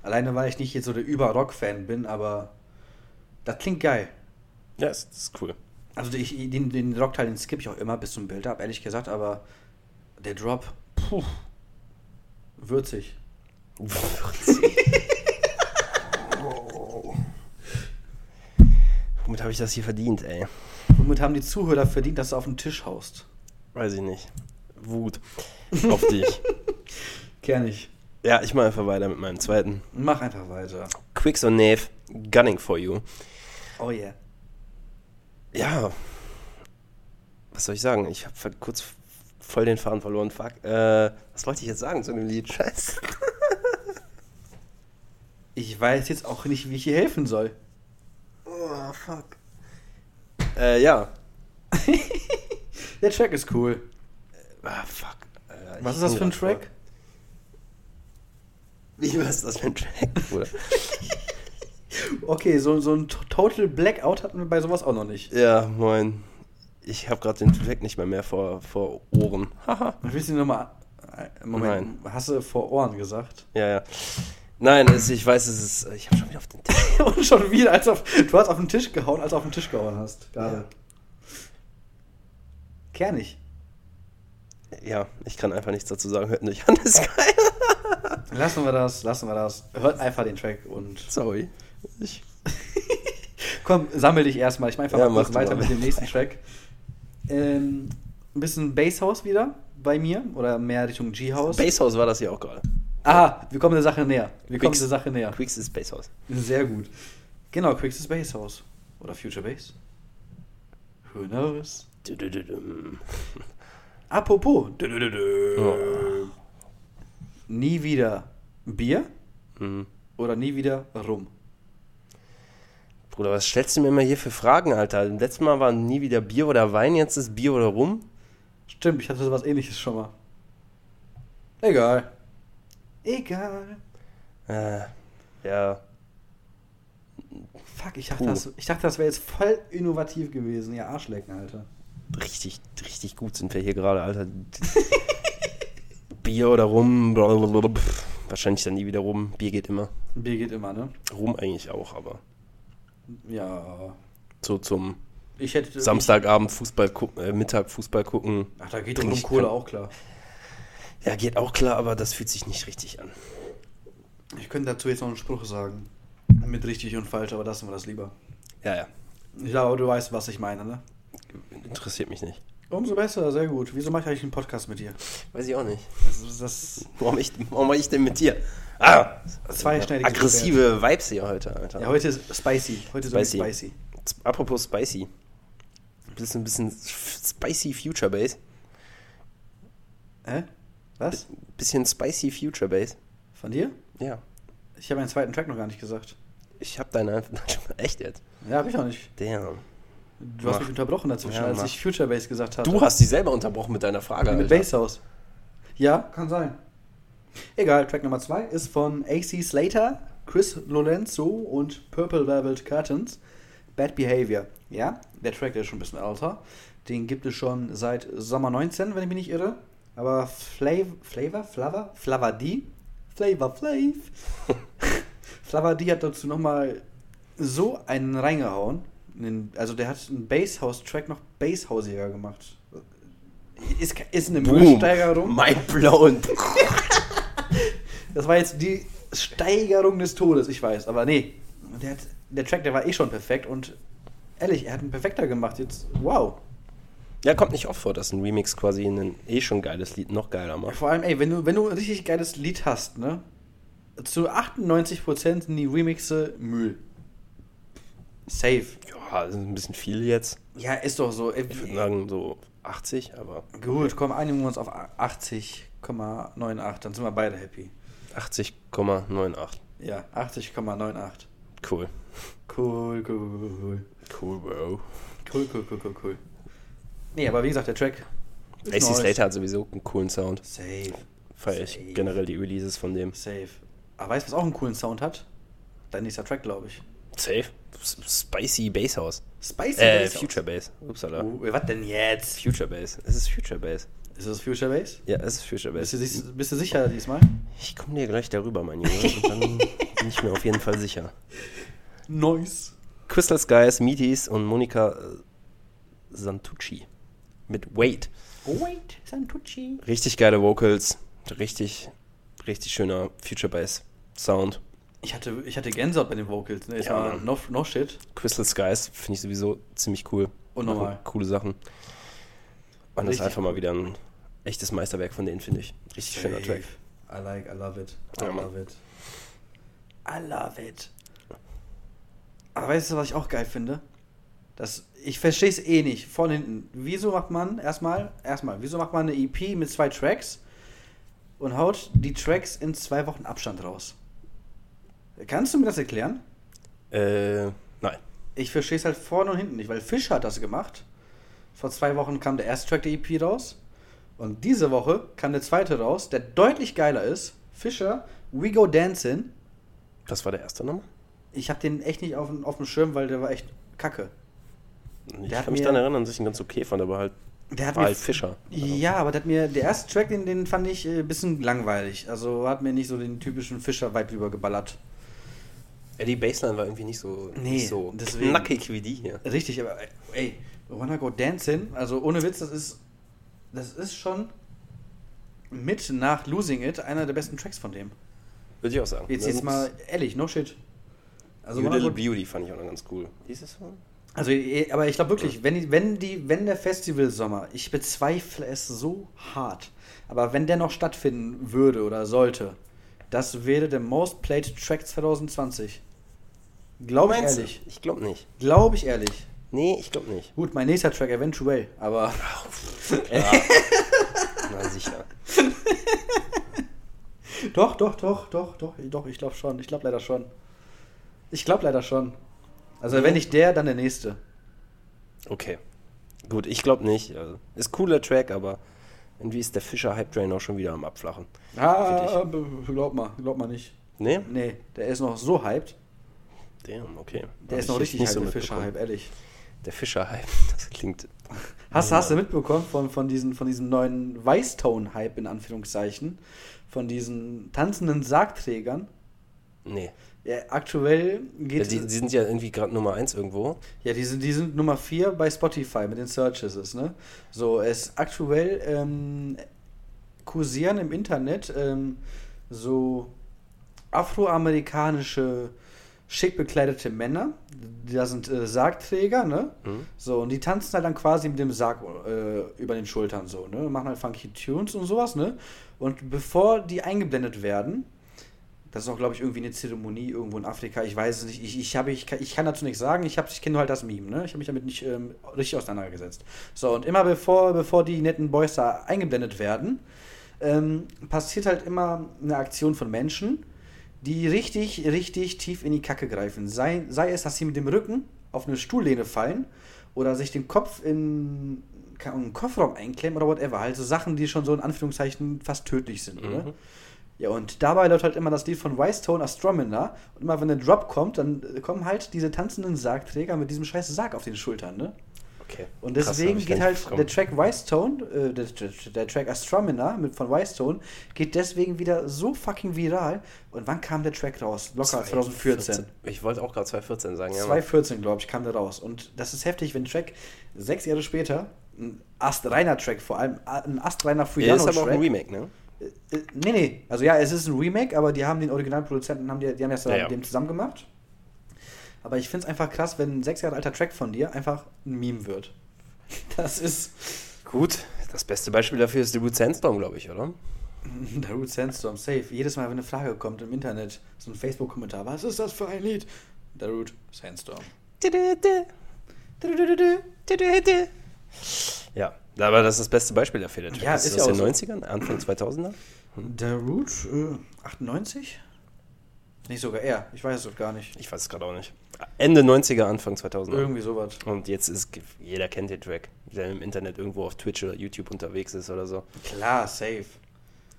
Alleine weil ich nicht jetzt so der Über-Rock-Fan bin, aber das klingt geil. ja, es es ist cool. Also ich, den, den Rockteil, den skippe ich auch immer bis zum Build-Up, ehrlich gesagt, aber der Drop, puh, würzig. Womit habe ich das hier verdient, ey? Womit haben die Zuhörer verdient, dass du auf den Tisch haust? Weiß ich nicht. Wut auf dich. Kern ich. Ja, ich mache einfach weiter mit meinem zweiten. Mach einfach weiter. Quicks und Nave, Gunning for You. Oh yeah. Ja. Was soll ich sagen? Ich habe kurz voll den Faden verloren. Fuck. Äh, was wollte ich jetzt sagen zu dem Lied? Scheiße. Ich weiß jetzt auch nicht, wie ich dir helfen soll. Oh, fuck. Äh, ja. Der Track ist cool. Ah, fuck. Äh, Was ist ich das bin für ein grad voll- Track? Wie, was ist das für ein Track, Bruder? Okay, so, so ein to- Total Blackout hatten wir bei sowas auch noch nicht. ja, moin. Ich habe gerade den Track nicht mehr mehr vor, vor Ohren. Haha. Ich will es dir nochmal. Moment, hast du vor Ohren gesagt? ja, ja. Nein, es, ich weiß, es ist. Ich habe schon wieder auf den Tisch. Und schon wieder, als auf, du hast auf den Tisch gehauen, als du auf den Tisch gehauen hast. Gerade. Kernig. Ja, ich kann einfach nichts dazu sagen. Hört nicht an, ist geil. Lassen wir das, lassen wir das. Hört einfach den Track und. Sorry. Ich Komm, sammel dich erstmal. Ich mache einfach Ja, mal mach kurz du weiter mal. mit dem nächsten Track. Ähm, ein bisschen Basshouse wieder bei mir oder mehr Richtung G-House. Basehouse war das hier auch gerade. Aha, wir kommen der Sache näher. Wir kommen Quicks- der Sache näher. Quicks ist Basehouse. Sehr gut. Genau, Quicks ist Base House. Oder Future Base. Who knows? Dü-dü-dü-düm. Apropos. dü- dü- dü- dü. Nie wieder Bier Mhm. oder nie wieder Rum. Bruder, was stellst du mir immer hier für Fragen, Alter? Letztes Mal war nie wieder Bier oder Wein, jetzt ist Bier oder Rum. Stimmt, ich hatte sowas ähnliches schon mal. Egal. Egal. Äh, ja. Fuck, ich dachte, Puh. das, ich dachte, das wäre jetzt voll innovativ gewesen. Ja, Arschlecken, Alter. Richtig, richtig gut sind wir hier gerade, Alter. Bier oder Rum, blablabla. Pff, wahrscheinlich dann nie wieder Rum. Bier geht immer. Bier geht immer, ne? Rum eigentlich auch, aber Ja. so zum Ich hätte. Samstagabend Fußball gucken, äh, Mittag Fußball gucken. Ach, da geht Trink um ich Kohle kein- auch klar. Ja, geht auch klar, aber das fühlt sich nicht richtig an. Ich könnte dazu jetzt noch einen Spruch sagen. Mit richtig und falsch, aber lassen wir das lieber. Ja, ja. Ich glaube, du weißt, was ich meine, ne? Interessiert mich nicht. Umso besser, sehr gut. Wieso mache ich eigentlich einen Podcast mit dir? Weiß ich auch nicht. Das ist das. Warum, ich, warum mach ich denn mit dir? Ah! Zweischneidiges Aggressive Vibes hier heute, Alter. Ja, heute ist spicy. Heute ist Spicy. spicy. spicy. Z- Apropos spicy. Bist du ein bisschen spicy Future Bass? Hä? Was? Bisschen spicy Future Bass? Von dir? Ja. Ich habe meinen zweiten Track noch gar nicht gesagt. Ich hab deine einfach. Echt jetzt? Ja, habe ich noch nicht. Damn. Du hast Mach. mich unterbrochen dazwischen, Ja, als mach. ich Future Bass gesagt habe. Du hast dich selber unterbrochen mit deiner Frage, Also- mit Alter. Basshaus. Ja, kann sein. Egal, Track Nummer 2 ist von AC Slater, Chris Lorenzo und Purple Velvet Curtains. Bad Behavior. Ja, der Track der ist schon ein bisschen älter. Den gibt es schon seit Sommer 19, wenn ich mich nicht irre. Aber Flav Flavor, Flavor, Flavor D, Flavor Flav. Flavor D hat dazu nochmal so einen reingehauen. In den- Also der hat einen Basshouse-Track noch basshausiger gemacht. Ist, ist eine Boom. Müllsteigerung. Mind blown. Das war jetzt die Steigerung des Todes, ich weiß. Aber nee, der, hat, der Track, der war eh schon perfekt und ehrlich, er hat einen Perfekter gemacht. Jetzt, wow. Ja, kommt nicht oft vor, dass ein Remix quasi ein eh schon geiles Lied noch geiler macht. Vor allem, ey, wenn du, wenn du ein richtig geiles Lied hast, ne? Zu 98% sind die Remixe Müll. Safe. Ja, das ist ein bisschen viel jetzt. Ja, ist doch so. Ey, Ich würde sagen so 80, aber gut, komm, einigen wir uns auf 80,98. Dann sind wir beide happy. 80,98. Ja, 80,98. Cool. Cool, cool, cool, cool. Cool, Bro. Cool, cool, cool, cool, cool. Nee, aber wie gesagt, der Track. ist AC nice. Slater hat sowieso einen coolen Sound. Safe, Feier ich Safe. generell die Releases von dem. safe. Aber weißt du, was auch einen coolen Sound hat? Dein nächster Track, glaube ich. Safe. S Spicy Bass House. Spicy Äh, Bass. Future Bass. Upsala. Oh, was denn jetzt? Future Bass. Es ist Future Bass. Ist das Future Bass? Ja, es ist Future Bist Bass. du, sich- bist du sicher diesmal? Ich komme dir gleich darüber, mein Junge. Und dann bin ich mir auf jeden Fall sicher. Nice. Crystal Skies, Meaties und Monika äh, Santucci. Mit Wait. Wait, Santucci. Richtig geile Vocals. Richtig, richtig schöner Future Bass Sound. Ich hatte, ich hatte Gänsehaut bei den Vocals. Ne? Ich Ja, war Mann. no, no shit. Crystal Skies finde ich sowieso ziemlich cool. Unnormal. Machen Coole Sachen. Und das ist Richtig einfach mal wieder ein echtes Meisterwerk von denen, finde ich. Richtig schöner Safe. Track. I like, I love it. I Ja, Mann. love it. I love it. Aber weißt du, was ich auch geil finde? Das, ich verstehe es eh nicht, von hinten. Wieso macht man erstmal, erstmal, wieso macht man eine EP mit zwei Tracks und haut die Tracks in zwei Wochen Abstand raus? Kannst du mir das erklären? Äh, nein. Ich verstehe es halt vorne und hinten nicht, weil Fisch hat das gemacht. Vor zwei Wochen kam der erste Track der EP raus. Und diese Woche kam der zweite raus, der deutlich geiler ist. Fischer, We Go Dancing. Das war der erste nochmal? Ich habe den echt nicht auf, dem- auf dem Schirm, weil der war echt kacke. Ich hat kann mich mir- dann erinnern, dass ich ihn ganz okay fand, aber halt Der hat war mir halt Fischer. Ja, aber der hat mir der erste Track, den, den fand ich äh, ein bisschen langweilig. Also hat mir nicht so den typischen Fischer-Vibe rübergeballert. Ja, die Bassline war irgendwie nicht so, Nee, nicht so deswegen. knackig wie die hier. Richtig, aber äh, ey, Wanna Go Dancing, also ohne Witz, das ist, das ist schon mit nach Losing It einer der besten Tracks von dem. Würde ich auch sagen. Jetzt, Ne? jetzt mal ehrlich, no shit. Also, Your Wanna Little Go, Beauty fand ich auch noch ganz cool. Dieses Song? also eh, aber ich glaube wirklich, wenn, die- wenn, die, wenn der Festivalsommer, ich bezweifle es so hart, aber wenn der noch stattfinden würde oder sollte, das wäre der Most Played Track 2020. Glaube ich Oh, Meinst du? ehrlich. Ich glaube nicht. Glaube ich ehrlich. Nee, ich glaube nicht. Gut, mein nächster Track eventuell, aber. Na sicher. Doch, doch, doch, doch, doch, doch, ich glaube schon. Ich glaube leider schon. Ich glaube leider schon. Also wenn nicht der, dann der nächste. Okay. Gut, ich glaube nicht. Also, ist cooler Track, aber irgendwie ist der Fischer Hype Train auch schon wieder am Abflachen. Ah, b- glaub mal, glaub mal nicht. Nee? Nee, der ist noch so hyped. Damn, okay. Der Hab ist noch ich richtig nicht hyped, der mitbekommen. Fischer-Hype, ehrlich. Der Fischer Hype, das klingt. Hast, Ja. hast du mitbekommen von, von, diesen, von diesem neuen Weißtone-Hype in Anführungszeichen? Von diesen tanzenden Sargträgern? Nee. Ja, aktuell Ja, geht die, die sind ja irgendwie gerade Nummer 1 irgendwo. Ja, die sind, die sind Nummer 4 bei Spotify mit den Searches, ne? So, es aktuell ähm, kursieren im Internet ähm, so afroamerikanische schick bekleidete Männer. Da sind äh, Sargträger, ne? Mhm. So, und die tanzen halt dann quasi mit dem Sarg äh, über den Schultern so, ne? Machen halt funky Tunes und sowas, ne? Und bevor die eingeblendet werden, das ist auch, glaube ich, irgendwie eine Zeremonie irgendwo in Afrika. Ich weiß es nicht. Ich, ich, habe, ich, kann- ich kann dazu nichts sagen. Ich, hab's- ich kenne nur halt das Meme. Ne? Ich habe mich damit nicht ähm, richtig auseinandergesetzt. So, und immer bevor, bevor die netten Boys da eingeblendet werden, ähm, passiert halt immer eine Aktion von Menschen, die richtig, richtig tief in die Kacke greifen. Sei, sei es, dass sie mit dem Rücken auf eine Stuhllehne fallen oder sich den Kopf in keine Ahnung, einen Kofferraum einklemmen oder whatever. Halt so Sachen, die schon so in Anführungszeichen fast tödlich sind, oder? Ja, und dabei läuft halt immer das Lied von Whitestone Astromina. Und immer wenn der Drop kommt, dann äh, kommen halt diese tanzenden Sargträger mit diesem scheiß Sarg auf den Schultern, ne? Okay. Und Krass, deswegen hab ich gar geht nicht halt mitbekommen. der Track Whitestone, äh, der, der, der Track Astromina mit von Whitestone, geht deswegen wieder so fucking viral. Und wann kam der Track raus? Locker 2014. Ich wollte auch gerade 2014 sagen, ja. Mann. 2014, glaube ich, kam der raus. Und das ist heftig, wenn Track sechs Jahre später, ein astreiner Track vor allem, a- ein astreiner Ja, ist Fujano-Track. aber auch ein Remake, ne? Äh, nee, nee. Also ja, es ist ein Remake, aber die haben den Originalproduzenten, haben die, die haben das Ja, ja. mit dem zusammen gemacht. Aber ich finde es einfach krass, wenn ein sechs Jahre alter Track von dir einfach ein Meme wird. Das ist Gut, das beste Beispiel dafür ist The Root Sandstorm, glaube ich, oder? der Root Sandstorm, safe. Jedes Mal, wenn eine Frage kommt im Internet, so ein Facebook-Kommentar, was ist das für ein Lied? Der Root Sandstorm. Ja, aber das ist das beste Beispiel dafür. Der Track. Ja, ist, ist ja das auch in so. den 90ern, Anfang 2000er? Der Root äh, 98? Nicht sogar er, ich weiß es gar nicht. Ich weiß es gerade auch nicht. Ende 90er, Anfang 2000er. Irgendwie sowas. Und jetzt ist, jeder kennt den Track, der im Internet irgendwo auf Twitch oder YouTube unterwegs ist oder so. Klar, safe.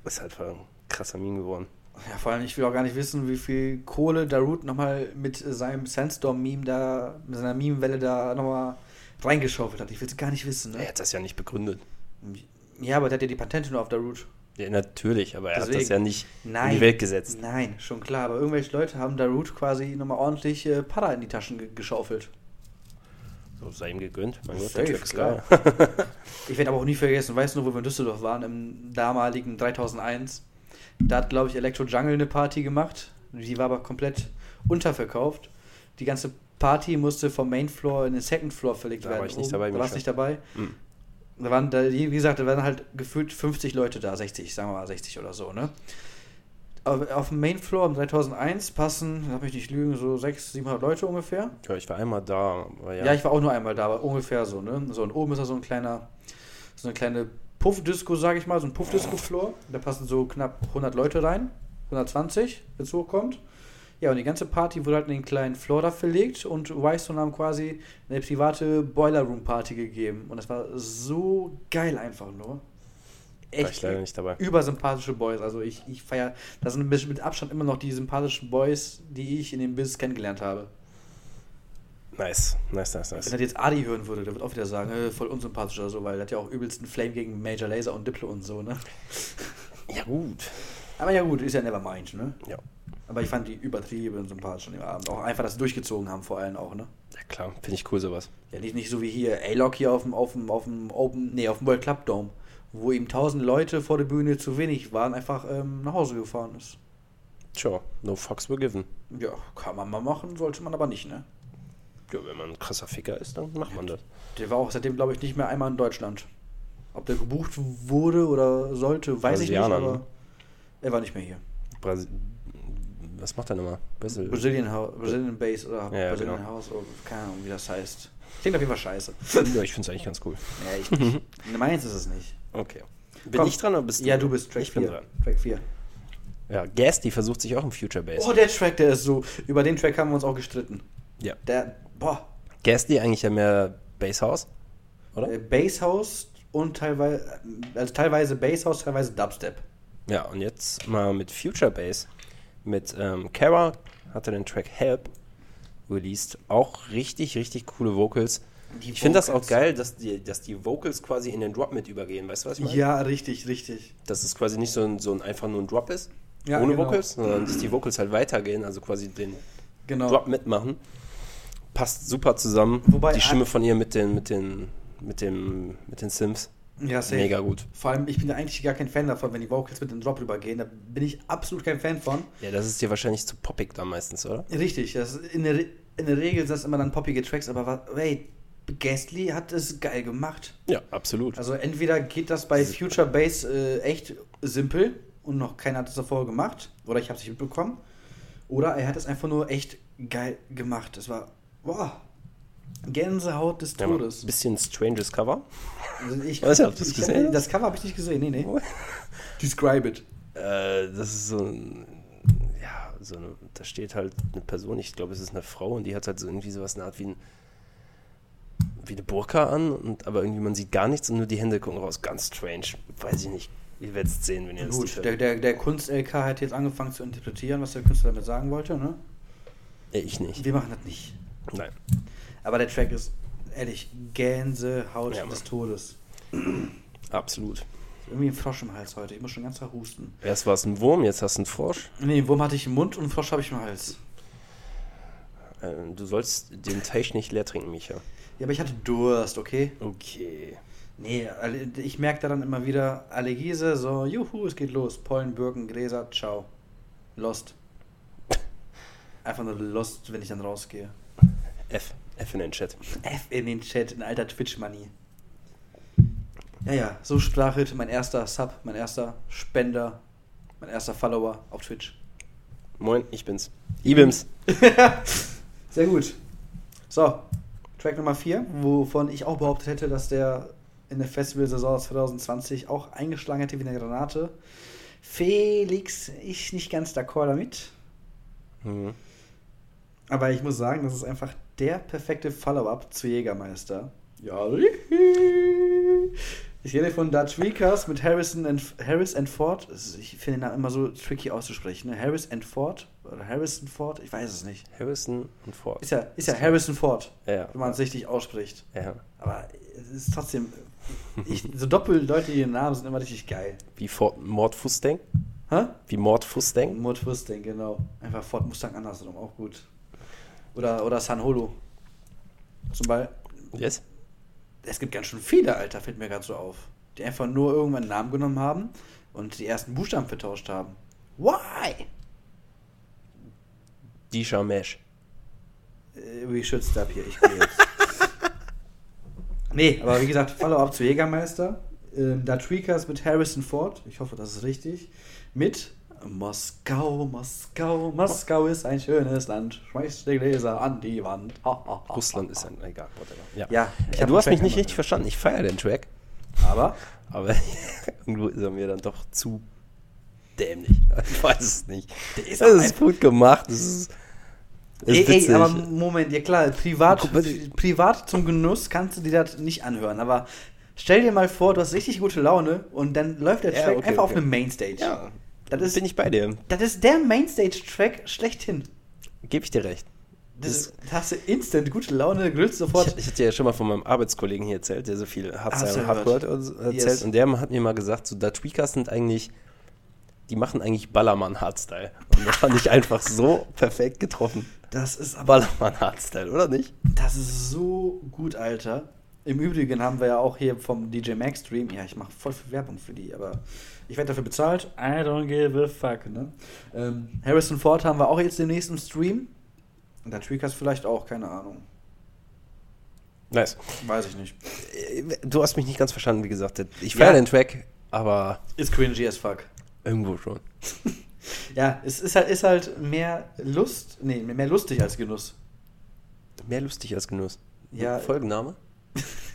Ist halt voll ein krasser Meme geworden. Ja, vor allem, ich will auch gar nicht wissen, wie viel Kohle Darut nochmal mit äh, seinem Sandstorm-Meme da, mit seiner Memewelle da nochmal reingeschaufelt hat. Ich will es gar nicht wissen, Er ne? hat das ja nicht begründet. Ja, aber der hat ja die Patente nur auf Darut. Ja, natürlich, aber er hat das Deswegen. ja nicht Nein. in die Welt gesetzt. Nein, schon klar, aber irgendwelche Leute haben Darut quasi nochmal ordentlich äh, Para in die Taschen ge geschaufelt. So sei ihm gegönnt. Mein Gott, Safe, der Track ist geil. klar. Ich werde aber auch nie vergessen, weißt du noch, wo wir in Düsseldorf waren, im damaligen 3001? Da hat, glaube ich, Electro Jungle eine Party gemacht. Die war aber komplett unterverkauft. Die ganze Party musste vom Main Floor in den Second Floor verlegt Da war werden. ich nicht Oben- dabei, Da warst Mischa. du nicht dabei. Mhm. Da waren da, wie gesagt, da waren halt gefühlt 50 Leute da, 60, sagen wir mal 60 oder so, ne? Auf, auf dem Main Floor im 3001 passen, lass mich nicht lügen, so 600, 700 Leute ungefähr. Ja, ich war einmal da. Aber ja. Ja. ich war auch nur einmal da, aber ungefähr so, ne? So, und oben ist da so ein kleiner, so eine kleine Puffdisco, sage ich mal, so ein Puffdisco-Floor. Da passen so knapp 100 Leute rein, 120, wenn es hochkommt. Ja, und die ganze Party wurde halt in den kleinen Floor da verlegt und Weißton haben quasi eine private Boiler Room Party gegeben. Und das war so geil einfach nur. war ich Echt leider nicht dabei. übersympathische Boys. Also ich, ich feiere, das sind mit Abstand immer noch die sympathischen Boys, die ich in dem Business kennengelernt habe. Nice, nice, nice, nice. Wenn er jetzt Adi hören würde, der wird auch wieder sagen, äh, voll unsympathisch oder so, weil der hat ja auch übelsten Flame gegen Major Laser und Diplo und so, ne? Ja, gut. Aber ja gut, ist ja Nevermind, ne? Ja. Aber ich fand die übertrieben sympathisch an dem Abend. Auch einfach, dass sie durchgezogen haben vor allem auch, ne? Ja, klar, finde ich cool sowas. Ja, nicht, nicht so wie hier A-Lock hier auf dem, auf dem, auf dem Open, nee, auf dem World Club Dome, wo ihm tausend Leute vor der Bühne zu wenig waren, einfach ähm, nach Hause gefahren ist. Sure, no fucks were given. Ja, kann man mal machen, sollte man aber nicht, ne? Ja, wenn man ein krasser Ficker ist, dann macht man das. Der war auch seitdem, glaube ich, nicht mehr einmal in Deutschland. Ob der gebucht wurde oder sollte, weiß ich nicht, Brasilianer, aber ne? er war nicht mehr hier. Brasi Was macht er nochmal? Bessel. Brazilian, House, Brazilian Base oder Ja, Brazilian genau. House, oder keine Ahnung, wie das heißt. Klingt auf jeden Fall scheiße. Ja, ich finde es eigentlich ganz cool. Ja, ich nicht. Meins ist es nicht. Okay. Bin Komm. ich dran oder bist du? Ja, du bist Track Ich bin 4. dran. Track 4. Ja, Gasty versucht sich auch im Future Bass. Oh, der Track, der ist so. Über den Track haben wir uns auch gestritten. Ja. Der, boah, Gasty eigentlich ja mehr Bass House, oder? äh, Bass House und teilweise, also teilweise Bass House, teilweise Dubstep. Ja, und jetzt mal mit Future Bass. Mit ähm, Kara hat er den Track Help released. Auch richtig, richtig coole Vocals. Die ich finde das auch Vocals. geil, dass die, dass die Vocals quasi in den Drop mit übergehen. Weißt du, was ich meine? Ja, richtig, richtig. Dass es quasi nicht so ein, so ein einfach nur ein Drop ist, Ja, ohne genau. Vocals, sondern dass die Vocals halt weitergehen, also quasi den Genau. Drop mitmachen. Passt super zusammen. Wobei- die Stimme von ihr mit den, mit den, mit dem, mit den Sims. Ja, safe. Mega gut. Vor allem, ich bin ja eigentlich gar kein Fan davon, wenn die Vocals mit dem Drop rübergehen. Da bin ich absolut kein Fan von. Ja, das ist dir wahrscheinlich zu poppig da meistens, oder? Richtig, das ist in, der, Re- in der Regel sind das immer dann poppige Tracks, aber wa- wait, Gasly hat es geil gemacht. Ja, absolut. Also entweder geht das bei Future Bass äh, echt simpel und noch keiner hat es davor gemacht, oder ich habe es nicht mitbekommen, oder er hat es einfach nur echt geil gemacht. Es war, boah, Gänsehaut des Ja, Todes. Ein bisschen stranges Cover. Also ich, Weiß nicht, ob du es ich- gesehen hast. Das Cover habe ich nicht gesehen, nee, nee. Oh. Describe it. Äh, das ist so ein. Ja, so eine, da steht halt eine Person, ich glaube, es ist eine Frau und die hat halt so irgendwie sowas eine Art wie ein wie eine Burka an, und, aber irgendwie man sieht gar nichts und nur die Hände gucken raus. Ganz strange. Weiß ich nicht. Ihr werdet es sehen, wenn ihr das Gut, nicht der, hört. der, der Kunst-LK hat jetzt angefangen zu interpretieren, was der Künstler damit sagen wollte, ne? Äh, Ich nicht. Wir machen das nicht. Nein. Aber der Track ist, ehrlich, Gänsehaut Ja, Mann. des Todes. Absolut. Irgendwie ein Frosch im Hals heute. Ich muss schon ganz hart husten. Erst war es ein Wurm, jetzt hast du einen Frosch. Nee, den Wurm hatte ich im Mund und einen Frosch habe ich im Hals. Äh, du sollst den Teich nicht leer trinken, Micha. Ja, aber ich hatte Durst, okay? Okay. Nee, alle- ich merke da dann immer wieder Allergiese, so, juhu, es geht los. Pollen, Birken, Gräser, ciao. Lost. Einfach nur lost, wenn ich dann rausgehe. F. F in den Chat. F in den Chat, ein alter Twitch-Money. Ja, ja, so sprach heute mein erster Sub, mein erster Spender, mein erster Follower auf Twitch. Moin, ich bin's. Ibims. Sehr gut. So, Track Nummer 4, wovon ich auch behauptet hätte, dass der in der Festivalsaison 2020 auch eingeschlagen hätte wie eine Granate. Felix, ich nicht ganz d'accord damit. Mhm. Aber ich muss sagen, das ist einfach der perfekte Follow-up zu Jägermeister. Ja. Ich rede von Dutch Recast mit Harrison and, Harris and Ford. Also Ich finde den Namen immer so tricky auszusprechen. Ne? Harris and Ford oder Harrison Ford? Ich weiß es nicht. Harrison und Ford. Ist ja, ist ja Harrison Ford, Ja. wenn man es richtig ausspricht. ja. Aber es ist trotzdem. Ich, so doppeldeutige Namen sind immer richtig geil. Wie Ford, Mord Fustang? Hä? Wie Mord Fustang? Mord Mustang, genau. Einfach Ford Mustang andersrum, auch gut. Oder, oder San Holo. Zum Beispiel. Yes. Es gibt ganz schön viele, Alter, fällt mir gerade so auf. Die einfach nur irgendwann einen Namen genommen haben und die ersten Buchstaben vertauscht haben. Why? Disha Mesh. Äh, we should stop hier, ich gehe jetzt. nee, aber wie gesagt, Follow-up zu Jägermeister. Ähm, Dutch Recast mit Harrison Ford, ich hoffe, das ist richtig. Mit Moskau, Moskau, Moskau ist ein schönes Land. Schmeißt die Gläser an die Wand. Ha, ha, ha, Russland ha, ist ein. Egal, whatever. Ja. Äh, Ja, ich hab du hast den mich Track nicht gemacht. richtig verstanden. Ich feiere den Track. ha. Aber Aber irgendwo ist er mir dann doch zu dämlich. Ich weiß es nicht. Der ist das auch ist gut gemacht. Das ist, das ey, ist witzig. ey, aber Moment, ja klar, privat, Guck mal, die- privat zum Genuss kannst du dir das nicht anhören, aber stell dir mal vor, du hast richtig gute Laune und dann läuft der Ja, Track okay, einfach auf okay. einem Mainstage. ja, Das das ist- bin ich bei dir. Das ist der Mainstage-Track schlechthin. Gebe ich dir recht. Das, das hast du instant gute Laune, grüllst sofort. Ich, ich hatte ja schon mal von meinem Arbeitskollegen hier erzählt, der so viel Hast du Hardstyle und gehört? Hardcore und so erzählt. Yes. Und der hat mir mal gesagt, so Dutch Weekers sind eigentlich, die machen eigentlich Ballermann-Hardstyle. Und das fand ich einfach so perfekt getroffen. Das ist aber, Ballermann-Hardstyle, oder nicht? das ist so gut, Alter. Im Übrigen haben wir ja auch hier vom DJ Max Stream, ja, ich mache voll viel Werbung für die, aber ich werde dafür bezahlt. I don't give a fuck, ne? Ähm, Harrison Ford haben wir auch jetzt im nächsten Stream. Und dann Tweakers vielleicht auch, keine Ahnung. Nice. Weiß ich nicht. Äh, Du hast mich nicht ganz verstanden, wie gesagt. Ich Ja. feiere den Track, aber Ist cringy as fuck. irgendwo schon. Ja, es ist halt, ist halt mehr Lust, nee, mehr lustig als Genuss. Mehr lustig als Genuss. Ja. Folgenname?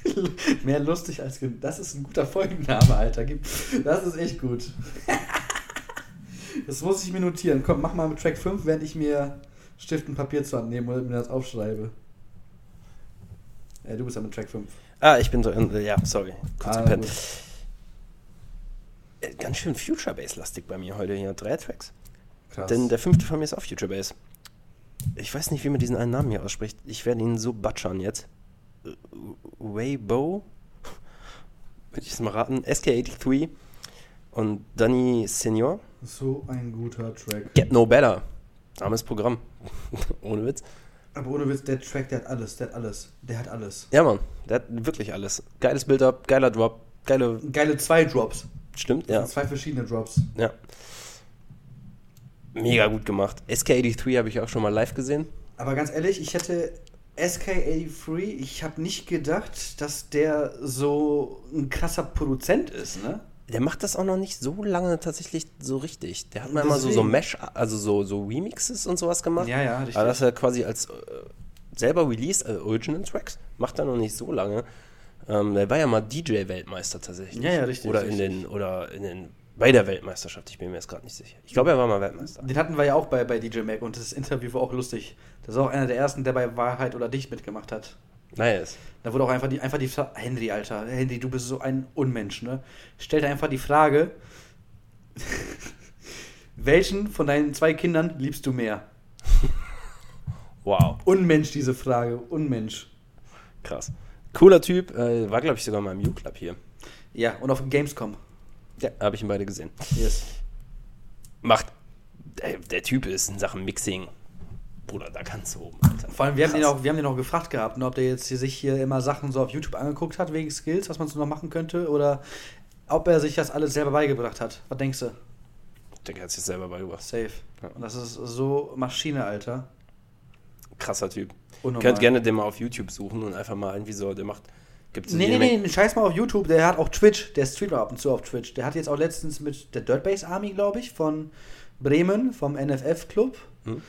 Mehr lustig als gen- Das ist ein guter Folgenname, Alter. Gib- Das ist echt gut. Das muss ich mir notieren. Komm, mach mal mit Track 5, während ich mir Stift und Papier zur Hand nehme und mir das aufschreibe. Ja, du bist ja mit Track 5. Ah, ich bin so. äh, Ja, sorry. Kurz Ah, gepennt. gut. Äh, Ganz schön Future Bass-lastig bei mir heute hier. Drei Tracks. Krass. Denn der fünfte von mir ist auch Future Bass. Ich weiß nicht, wie man diesen einen Namen hier ausspricht. Ich werde ihn so batschern jetzt. Äh, Weibo? Wenn ich es mal raten. SK83 und Danny Senior. so ein guter Track. Get No Better. Armes Programm. Ohne Witz. Aber ohne Witz, der Track, der hat alles, der hat alles. Der hat alles. Ja, Mann. Der hat wirklich alles. Geiles Build-Up, geiler Drop, geile. Geile zwei Drops. Stimmt, Das ja. sind Zwei verschiedene Drops. Ja. Mega gut gemacht. SK83 habe ich auch schon mal live gesehen. Aber ganz ehrlich, ich hätte SK83, ich habe nicht gedacht, dass der so ein krasser Produzent ist, ne? Der macht das auch noch nicht so lange tatsächlich so richtig. Der hat mal immer so, so Deswegen. Mesh, also so, so Remixes und sowas gemacht. Ja, ja, richtig. Aber das er quasi als äh, selber Release, also Original Tracks, macht er noch nicht so lange. Ähm, der war ja mal DJ-Weltmeister tatsächlich. Ja, ja, richtig, Oder richtig. in den, oder in den, bei der Weltmeisterschaft, ich bin mir jetzt gerade nicht sicher. Ich glaube, er war mal Weltmeister. Den hatten wir ja auch bei, bei DJ Mac und das Interview war auch lustig. Das war auch einer der ersten, der bei Wahrheit oder Dicht mitgemacht hat. Nice. Da wurde auch einfach die, einfach die Fra- Henry, Alter, Henry, du bist so ein Unmensch, ne? Stell dir einfach die Frage, welchen von deinen zwei Kindern liebst du mehr? Wow. Unmensch, diese Frage, Unmensch. Krass. Cooler Typ, äh, war glaube ich sogar mal im U-Club hier. Ja, und auf dem Gamescom. Ja, habe ich ihn beide gesehen. Yes. Macht. Der, der Typ ist in Sachen Mixing. Bruder, da kannst du oben, Alter. Vor allem, wir haben, den Krass. auch, wir haben den auch gefragt gehabt, ne, ob der jetzt hier sich hier immer Sachen so auf YouTube angeguckt hat, wegen Skills, was man so noch machen könnte, oder ob er sich das alles selber beigebracht hat. Was denkst du? Der hat sich selber beigebracht. Safe. Ja. Und das ist so Maschine, Alter. krasser Typ. Unnormal. Könnt gerne den mal auf YouTube suchen und einfach mal ein, wie so der macht. Gibt's Nee, nee, nee, nee, scheiß mal auf YouTube. Der hat auch Twitch. Der streamt auch ab und zu auf Twitch. Der hat jetzt auch letztens mit der Dirtbase Army, glaube ich, von Bremen, vom NFF-Club, Hm.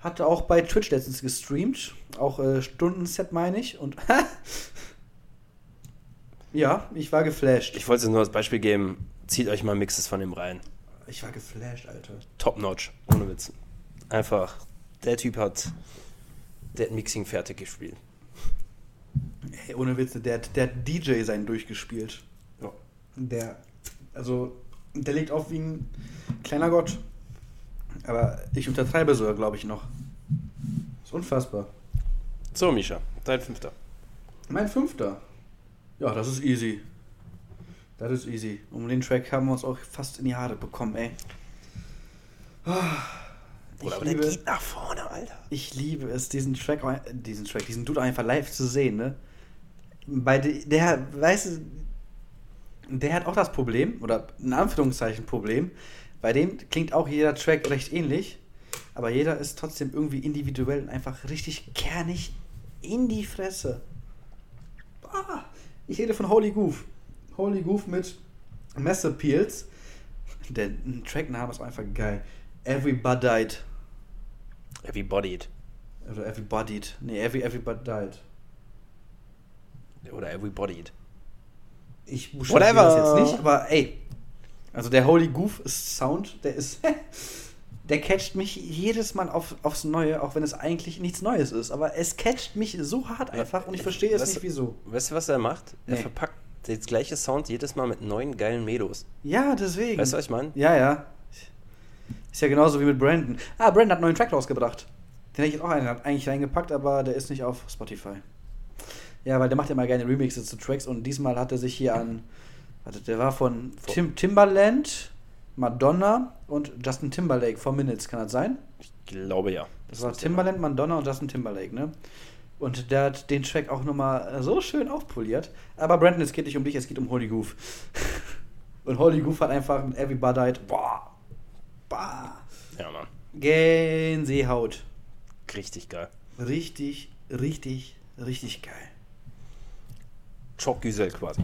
hat auch bei Twitch letztens gestreamt. Auch äh, Stundenset, meine ich. Und ja, ich war geflasht. Ich wollte es nur als Beispiel geben. Zieht euch mal Mixes von dem rein. Ich war geflasht, Alter. Top notch. Ohne Witz. Einfach. Der Typ hat. Der hat Mixing fertig gespielt. Ey, ohne Witze, der, hat- der hat DJ sein durchgespielt. Ja. Der, also, der legt auf wie ein kleiner Gott. Aber ich untertreibe sogar, glaube ich, noch. Ist unfassbar. So, Misha. Dein fünfter. Mein fünfter. Ja, das ist easy. Das ist easy. Um den Track haben wir uns auch fast in die Haare bekommen, ey. Ah, Bruder, ich aber der liebe- geht nach vorne, Alter. ich liebe es, diesen Track, diesen Track, diesen Dude einfach live zu sehen, ne? Bei de, der, weißt du, der hat auch das Problem, oder in Anführungszeichen Problem, bei dem klingt auch jeder Track recht ähnlich, aber jeder ist trotzdem irgendwie individuell und einfach richtig kernig in die Fresse. Ah, ich rede von Holy Goof. Holy Goof mit Mass Appeals. Der Trackname ist einfach geil. Everybody Died. Everybodied. Oder Also Everybody. Nee, every, Everybody Died. Oder everybodied. Ich Whatever. buchstabiere das jetzt nicht, aber ey. Also der Holy Goof ist Sound, der ist. der catcht mich jedes Mal auf, aufs Neue, auch wenn es eigentlich nichts Neues ist. Aber es catcht mich so hart einfach und ich verstehe es Was- nicht wieso. Weißt du, was er macht? Er Nee. verpackt das gleiche Sound jedes Mal mit neuen geilen Melos. Ja, deswegen. Weißt du, was ich meine? Ja, ja. Ist ja genauso wie mit Brandon. Ah, Brandon hat einen neuen Track rausgebracht. Den hätte ich jetzt auch einen, eigentlich reingepackt, aber der ist nicht auf Spotify. Ja, weil der macht ja mal gerne Remixe zu Tracks und diesmal hat er sich hier an. Warte, der war von Vor- Tim, Timbaland, Madonna und Justin Timberlake. Four Minutes, kann das sein? Ich glaube ja. Das war muss Timbaland, Madonna und Justin Timberlake, ne? Und der hat den Track auch nochmal so schön aufpoliert. Aber Brandon, es geht nicht um dich, es geht um Holy Goof. Und Holy Goof hat einfach mit Everybody Died, boah, bah, Ja, Mann. Gänsehaut. Richtig geil. Richtig, richtig, richtig geil. Choc-Güsel quasi.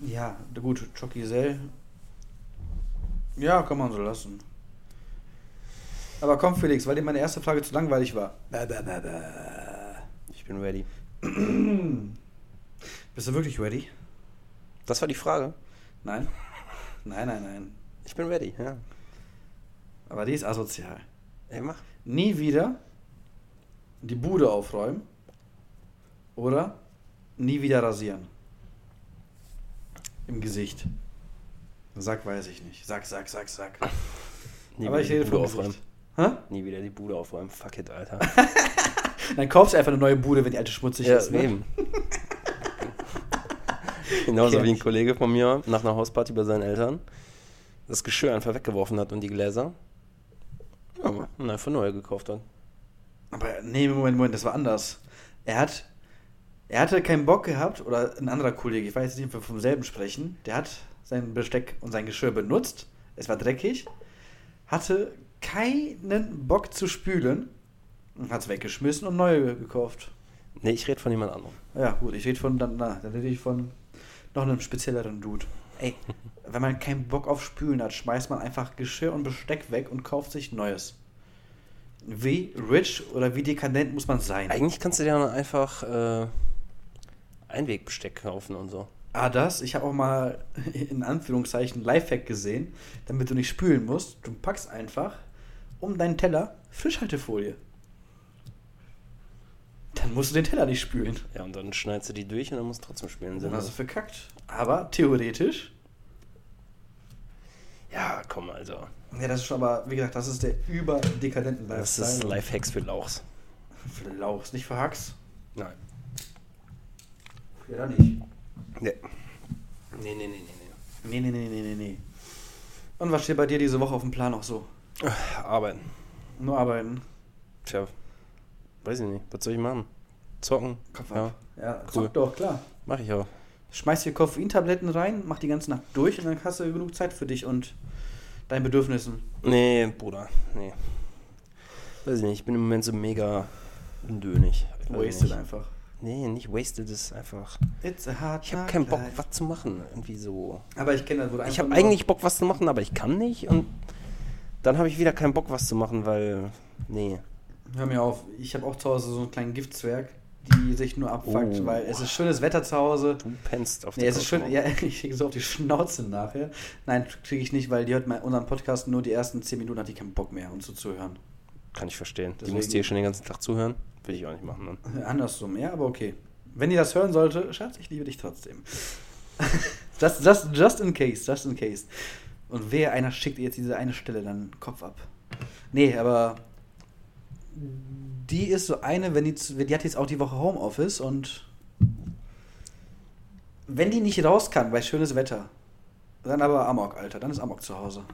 Ja, gut, Chucky Zell. Ja, kann man so lassen. Aber komm, Felix, weil dir meine erste Frage zu langweilig war. Bäh, bäh, bäh, bäh. Ich bin ready. Bist du wirklich ready? Das war die Frage. Nein. Nein, nein, nein. Ich bin ready, ja. Aber die ist asozial. Ey, mach. Nie wieder die Bude aufräumen oder nie wieder rasieren. Im Gesicht. Sag, weiß ich nicht. Sag, sag, sag, sag. Nie Aber wieder ich die rede Bude vom aufräumen. Gesicht. Hä? Nie wieder die Bude aufräumen. Fuck it, Alter. Dann kaufst du einfach eine neue Bude, wenn die alte schmutzig ist. Ne? eben. Genauso Kenn wie ein ich. Kollege von mir nach einer Hausparty bei seinen Eltern das Geschirr einfach weggeworfen hat und die Gläser. Ja, und einfach neue gekauft hat. Aber nee, Moment, Moment, das war anders. Er hat. Er hatte keinen Bock gehabt, oder ein anderer Kollege, ich weiß jetzt nicht, ob wir vom selben sprechen, der hat sein Besteck und sein Geschirr benutzt, es war dreckig, hatte keinen Bock zu spülen und hat es weggeschmissen und neue gekauft. Nee, ich rede von jemand anderem. Ja, gut, ich rede von, dann, na, dann rede ich von noch einem spezielleren Dude. Ey, wenn man keinen Bock auf Spülen hat, schmeißt man einfach Geschirr und Besteck weg und kauft sich Neues. Wie rich oder wie dekadent muss man sein? Eigentlich kannst du dir dann einfach äh, Einwegbesteck kaufen und so. Ah, das. Ich habe auch mal in Anführungszeichen Lifehack gesehen, damit du nicht spülen musst. Du packst einfach um deinen Teller Frischhaltefolie. Dann musst du den Teller nicht spülen. Ja, und dann schneidest du die durch und dann musst du trotzdem spielen. Also, Dann hast du verkackt. Aber theoretisch. Ja, komm, also. Ja, das ist schon aber, wie gesagt, das ist der überdekadenten Das Lifestyle. ist Lifehacks für Lauchs. Für Lauchs, nicht für Hacks. Nein. Ja, dann nicht. Nee. Nee, nee, nee, nee. Nee, nee. nee, nee, nee, nee, nee. Und was steht bei dir diese Woche auf dem Plan noch so? Arbeiten. Nur arbeiten. Tja, weiß ich nicht. Was soll ich machen? Zocken? Kopf Ja, ab. Ja, cool. cool. zock doch, klar. mach ich auch. Schmeiß dir Koffeintabletten rein, mach die ganze Nacht durch und dann hast du genug Zeit für dich und deinen Bedürfnissen. Nee, Bruder, nee. Weiß ich nicht, ich bin im Moment so mega Nö, nicht. Wasted nicht. einfach. Nee, nicht wasted ist einfach. It's a hard Ich habe keinen Bock, nightlife. was zu machen. Irgendwie so. Aber ich kenne das, wo du Ich einfach habe nur- eigentlich Bock, was zu machen, aber ich kann nicht. Und dann habe ich wieder keinen Bock, was zu machen, weil. Nee. Hör mir auf, ich habe auch zu Hause so einen kleinen Giftzwerg, die sich nur abfuckt, Oh. weil es ist schönes Wetter zu Hause. Du pennst auf Nee, der es ist Couch schön, rum. ja, ich kriege so auf die Schnauze nachher. Nein, kriege ich nicht, weil die hört mal unseren Podcast nur die ersten 10 Minuten, hat die keinen Bock mehr, uns so zuzuhören. Kann ich verstehen. Die Deswegen- musst dir schon den ganzen Tag zuhören. Will ich auch nicht machen. ne? Dann. Äh, Andersrum, ja, aber okay. Wenn ihr das hören sollte, Schatz, ich liebe dich trotzdem. das, das, just in case, just in case. Und wer einer schickt ihr jetzt diese eine Stelle, dann Kopf ab. Nee, aber die ist so eine, wenn die, zu- die hat jetzt auch die Woche Homeoffice und wenn die nicht raus kann, weil schönes Wetter, dann aber Amok, Alter, dann ist Amok zu Hause.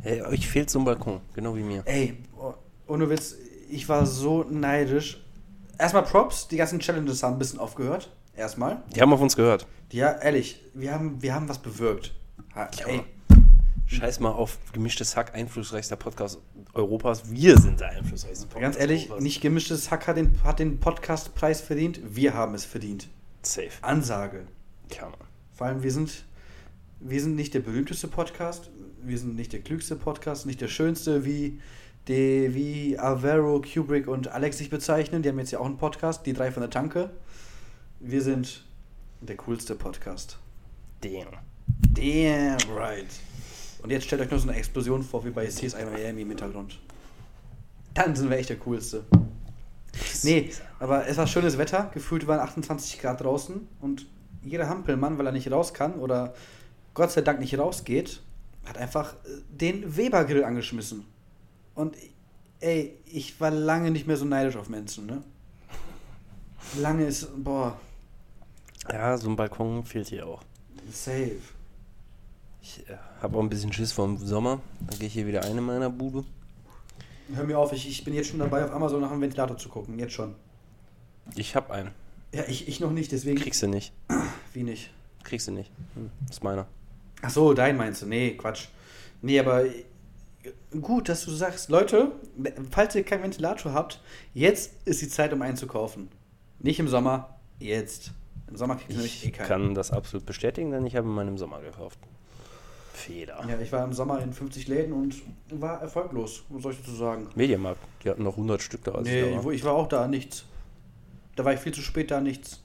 Hey, euch fehlt so ein Balkon, genau wie mir. Ey, oh- ohne Witz, ich war so neidisch. Erstmal Props, die ganzen Challenges haben ein bisschen aufgehört. Erstmal. Die haben auf uns gehört. Ja, ehrlich, wir haben, wir haben was bewirkt. Ha, Ja. ey, Scheiß mal auf gemischtes Hack, einflussreichster Podcast Europas. Wir sind der einflussreichste Podcast. ganz ehrlich, Europas. nicht gemischtes Hack hat den, hat den Podcastpreis verdient. Wir haben es verdient. safe. Ansage. Klar, Mann. Vor allem, wir sind, wir sind nicht der berühmteste Podcast, wir sind nicht der klügste Podcast, nicht der schönste, wie, die, wie Avero, Kubrick und Alex sich bezeichnen. Die haben jetzt ja auch einen Podcast, die drei von der Tanke. Wir sind der coolste Podcast. Damn. Damn right. Und jetzt stellt euch nur so eine Explosion vor, wie bei CSI Miami im Hintergrund. Dann sind wir echt der coolste. Nee, aber es war schönes Wetter. Gefühlt waren 28 Grad draußen und jeder Hampelmann, weil er nicht raus kann oder Gott sei Dank nicht rausgeht, hat einfach äh, den Webergrill angeschmissen. Und ey, ich war lange nicht mehr so neidisch auf Menschen, ne? Lange ist, boah, Ja, so ein Balkon fehlt hier auch. safe. Ich äh, habe auch ein bisschen Schiss vor dem Sommer. Dann gehe ich hier wieder eine meiner Bude. Hör mir auf, ich, ich bin jetzt schon dabei, auf Amazon nach einem Ventilator zu gucken. Jetzt schon. Ich hab einen. Ja, ich, ich noch nicht, deswegen. Kriegst du nicht. Wie nicht? Kriegst du nicht. Hm, ist meiner. Ach so, dein meinst du? Nee, Quatsch. Nee, aber äh, gut, dass du sagst, Leute, falls ihr keinen Ventilator habt, jetzt ist die Zeit, um einen zu kaufen. Nicht im Sommer, jetzt. Im Sommer kriegt ihr nämlich Ich eh keinen. kann das absolut bestätigen, denn ich habe in meinem Sommer gekauft. Feder. Ja, ich war im Sommer in 50 Läden und war erfolglos, um solche zu sagen. Mediamarkt. Die hatten noch 100 Stück da. Als nee, ich da wo war. ich war auch da, nichts. Da war ich viel zu spät da, nichts.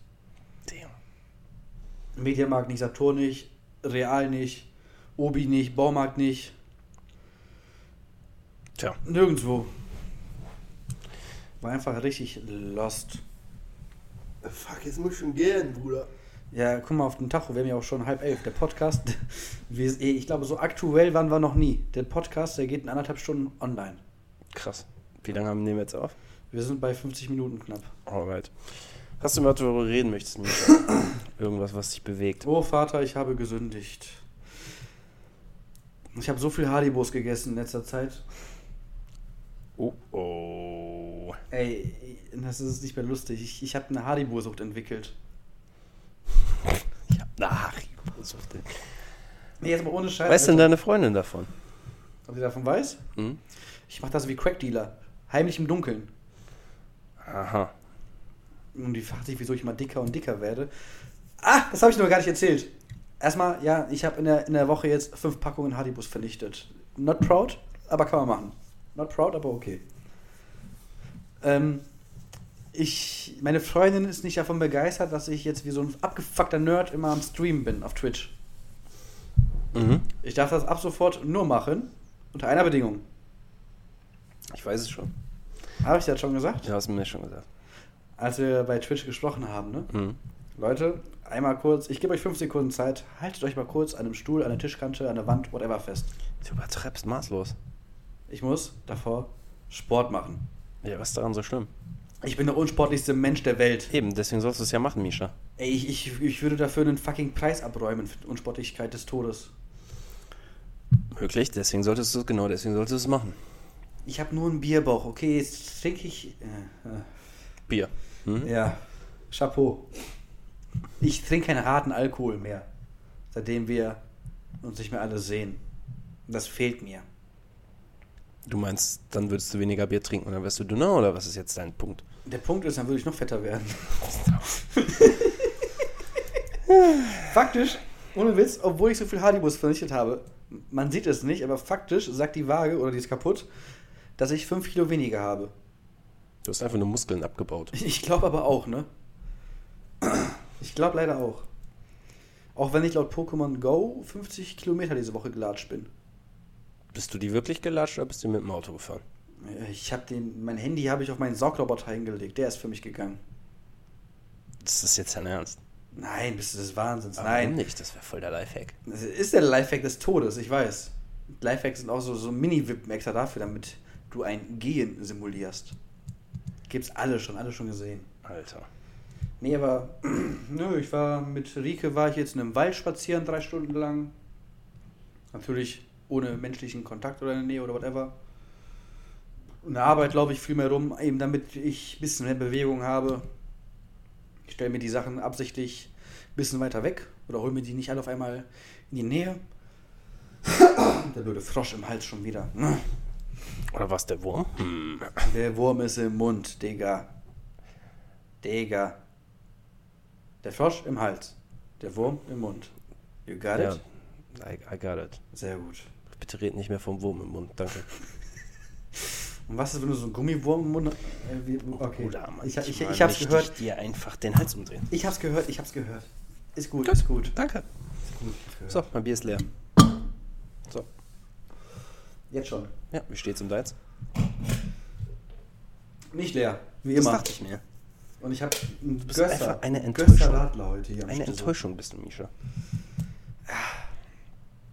Damn. Mediamarkt nicht, Saturn nicht, Real nicht, Obi nicht, Baumarkt nicht, Tja. nirgendwo. War einfach richtig lost. Fuck, jetzt muss ich schon gehen, Bruder. Ja, guck mal auf den Tacho, wir haben ja auch schon halb elf. Der Podcast, wir, eh, ich glaube, so aktuell waren wir noch nie. Der Podcast, der geht in anderthalb Stunden online. Krass. Wie lange haben wir jetzt auf? Oh, Wir sind bei 50 Minuten knapp. Alright. Hast du mal darüber reden möchtest, Misha? Irgendwas, was dich bewegt. Oh Vater, ich habe gesündigt. Ich habe so viel Haribos gegessen in letzter Zeit. Oh, oh. Ey, das ist nicht mehr lustig. Ich, ich habe eine Haribo-Sucht entwickelt. Ich hab eine Haribo-Sucht. Nee, jetzt mal ohne Scheiß. Weißt denn Alter. deine Freundin davon? Ob sie davon weiß? Hm? Ich mache das wie Crack-Dealer. Heimlich im Dunkeln. Aha. Und die fragt sich, wieso ich immer dicker und dicker werde. Ah, das habe ich noch gar nicht erzählt. Erstmal, ja, ich habe in der, in der Woche jetzt fünf Packungen Haribus vernichtet. Not proud, aber kann man machen. Not proud, aber okay. Ähm, ich, meine Freundin ist nicht davon begeistert, dass ich jetzt wie so ein abgefuckter Nerd immer am Stream bin auf Twitch. Mhm. Ich darf das ab sofort nur machen, unter einer Bedingung. Ich weiß es schon. Habe ich das schon gesagt? Du hast mir schon gesagt. Als wir bei Twitch gesprochen haben, ne? Mhm. Leute, einmal kurz, ich gebe euch fünf Sekunden Zeit, haltet euch mal kurz an einem Stuhl, an der Tischkante, an der Wand, whatever fest. Du übertreibst maßlos. Ich muss davor Sport machen. Ja, was ist daran so schlimm? Ich bin der unsportlichste Mensch der Welt. Eben, deswegen sollst du es ja machen, Misha. Ey, ich, ich, ich würde dafür einen fucking Preis abräumen für die Unsportlichkeit des Todes. Möglich, deswegen solltest du es, genau deswegen solltest du es machen. Ich habe nur einen Bierbauch, okay, jetzt trinke ich. Äh, Bier. Hm? äh, ja, Chapeau. Ich trinke keinen harten Alkohol mehr, seitdem wir uns nicht mehr alle sehen. Das fehlt mir. Du meinst, dann würdest du weniger Bier trinken und dann wärst du dünner oder was ist jetzt dein Punkt? Der Punkt ist, dann würde ich noch fetter werden. faktisch, ohne Witz, obwohl ich so viel Hardibus vernichtet habe, man sieht es nicht, aber faktisch sagt die Waage, oder die ist kaputt, dass ich 5 Kilo weniger habe. Du hast einfach nur Muskeln abgebaut. Ich glaube aber auch, ne? Ich glaube leider auch. Auch wenn ich laut Pokémon Go 50 Kilometer diese Woche gelatscht bin. Bist du die wirklich gelatscht oder bist du mit dem Auto gefahren? Ich habe den, mein Handy habe ich auf meinen Saugroboter hingelegt. Der ist für mich gegangen. Das ist jetzt dein Ernst. Nein, bist du des Wahnsinns. Aber Warum Nein, nicht? Das wäre voll der Lifehack. das ist der Lifehack des Todes. Ich weiß. Lifehacks sind auch so, so Mini-Wippen extra dafür, damit du ein Gehen simulierst. Gibt's alle schon, alle schon gesehen. Alter. Nee, aber nö, ich war mit Rike war ich jetzt in einem Wald spazieren, drei Stunden lang. Natürlich ohne menschlichen Kontakt oder in der Nähe oder whatever. In der Arbeit laufe ich viel mehr rum, eben damit ich ein bisschen mehr Bewegung habe. Ich stelle mir die Sachen absichtlich ein bisschen weiter weg oder hole mir die nicht alle auf einmal in die Nähe. Der blöde Frosch im Hals schon wieder. ne? Oder war es der Wurm? Hm. Der Wurm ist im Mund, Digga. Digga. Der Frosch im Hals. Der Wurm im Mund. You got Ja, it? I, I got it. Sehr gut. Bitte red nicht mehr vom Wurm im Mund, danke. Und was ist, wenn du so einen Gummiwurm im Mund äh, wie, Oh, Okay. Oder ich, ich, manchmal ich hab's möchte gehört. Ich dir einfach den Hals umdrehen. Ich hab's gehört, ich hab's gehört. Ist gut, ist gut. Danke. gut ich hab's gehört. So, mein Bier ist leer. So, Jetzt schon. ja, wie steht's um deins? Nicht leer, wie Das immer. dachte ich mir. Und ich hab einen bist Gösser. einfach eine Gösser Enttäuschung. Radler heute hier am Eine Stissel. Enttäuschung bist du, Misha.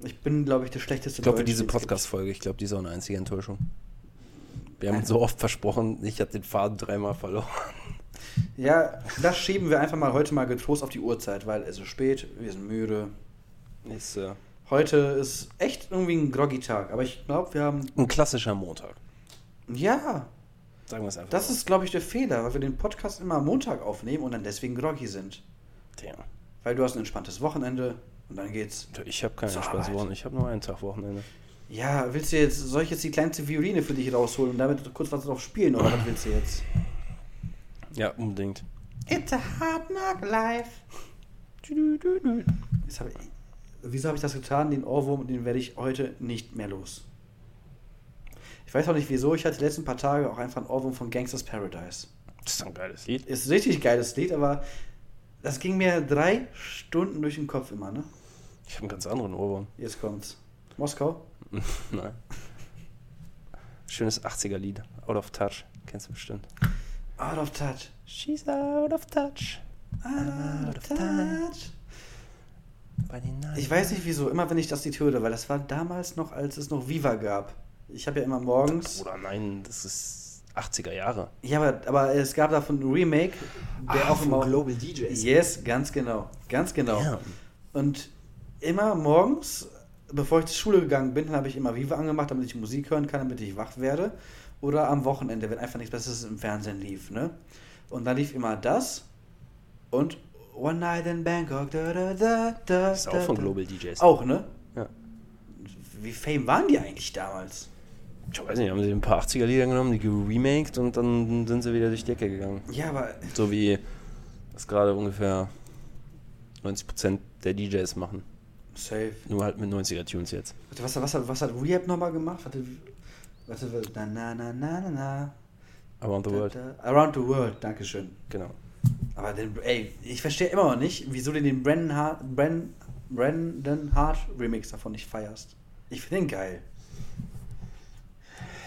Ich bin, glaube ich, der schlechteste Ich glaube, für Deutsche, diese den es gibt. Podcast-Folge, ich glaube, die ist auch eine einzige Enttäuschung. Wir haben so oft versprochen, ich habe den Faden dreimal verloren. Ja, das schieben wir einfach mal heute mal getrost auf die Uhrzeit, weil es ist spät, wir sind müde. Ist äh, Heute ist echt irgendwie ein groggy Tag, aber ich glaube, wir haben. ein klassischer Montag. Ja, Sagen wir es einfach. das ist, glaube ich, der Fehler, weil wir den Podcast immer am Montag aufnehmen und dann deswegen groggy sind. Damn. Weil du hast ein entspanntes Wochenende und dann geht's. Ich habe keine Zur Spaß Arbeit. geworden. Ich habe nur einen Tag Wochenende. Ja, willst du jetzt, soll ich jetzt die kleinste Violine für dich rausholen und damit kurz was drauf spielen oder was willst du jetzt? Ja, unbedingt. It's a hard knock life. Jetzt hab ich, wieso habe ich das getan? Den Ohrwurm, den werde ich heute nicht mehr los. Ich weiß auch nicht wieso. Ich hatte die letzten paar Tage auch einfach einen Ohrwurm von Gangsters Paradise. Das ist ein geiles Lied. Ist ein richtig geiles Lied, aber das ging mir drei Stunden durch den Kopf immer, ne? Ich habe einen ganz anderen Ohrwurm. Jetzt kommt's. Moskau? Nein. Schönes 80er-Lied. Out of Touch. Kennst du bestimmt. Out of touch. She's out of touch. Out of touch. By the night. Ich weiß nicht wieso, immer wenn ich das Lied höre, weil das war damals noch, als es noch Viva gab. Ich habe ja immer morgens. Oder nein, das ist 80er Jahre. Ja, aber, aber es gab davon ein Remake, der auch immer. DJs. Yes, ganz genau. Ganz genau. Ja. Und immer morgens, bevor ich zur Schule gegangen bin, habe ich immer Viva angemacht, damit ich Musik hören kann, damit ich wach werde. Oder am Wochenende, wenn einfach nichts Besseres im Fernsehen lief. Ne? Und dann lief immer das und One Night in Bangkok. Da, da, da, da, Das ist auch von da. Global DJs. Auch, ne? Ja. Wie fame waren die eigentlich damals? Ich weiß nicht, haben sie ein paar 80er-Lieder genommen, die geremaked und dann sind sie wieder durch die Decke gegangen. Ja, aber So wie das gerade ungefähr 90% der DJs machen. safe. Nur halt mit 90er-Tunes jetzt. Warte, was, was, was hat Rehab nochmal gemacht? Warte, warte, warte. Na, na, na, na, na, na. Around the Da, World. da. Around the World, Dankeschön. Genau. Aber den, ey, ich verstehe immer noch nicht, wieso du den Brandon Hart, Brand, Brandon Hart Remix davon nicht feierst. Ich finde den geil.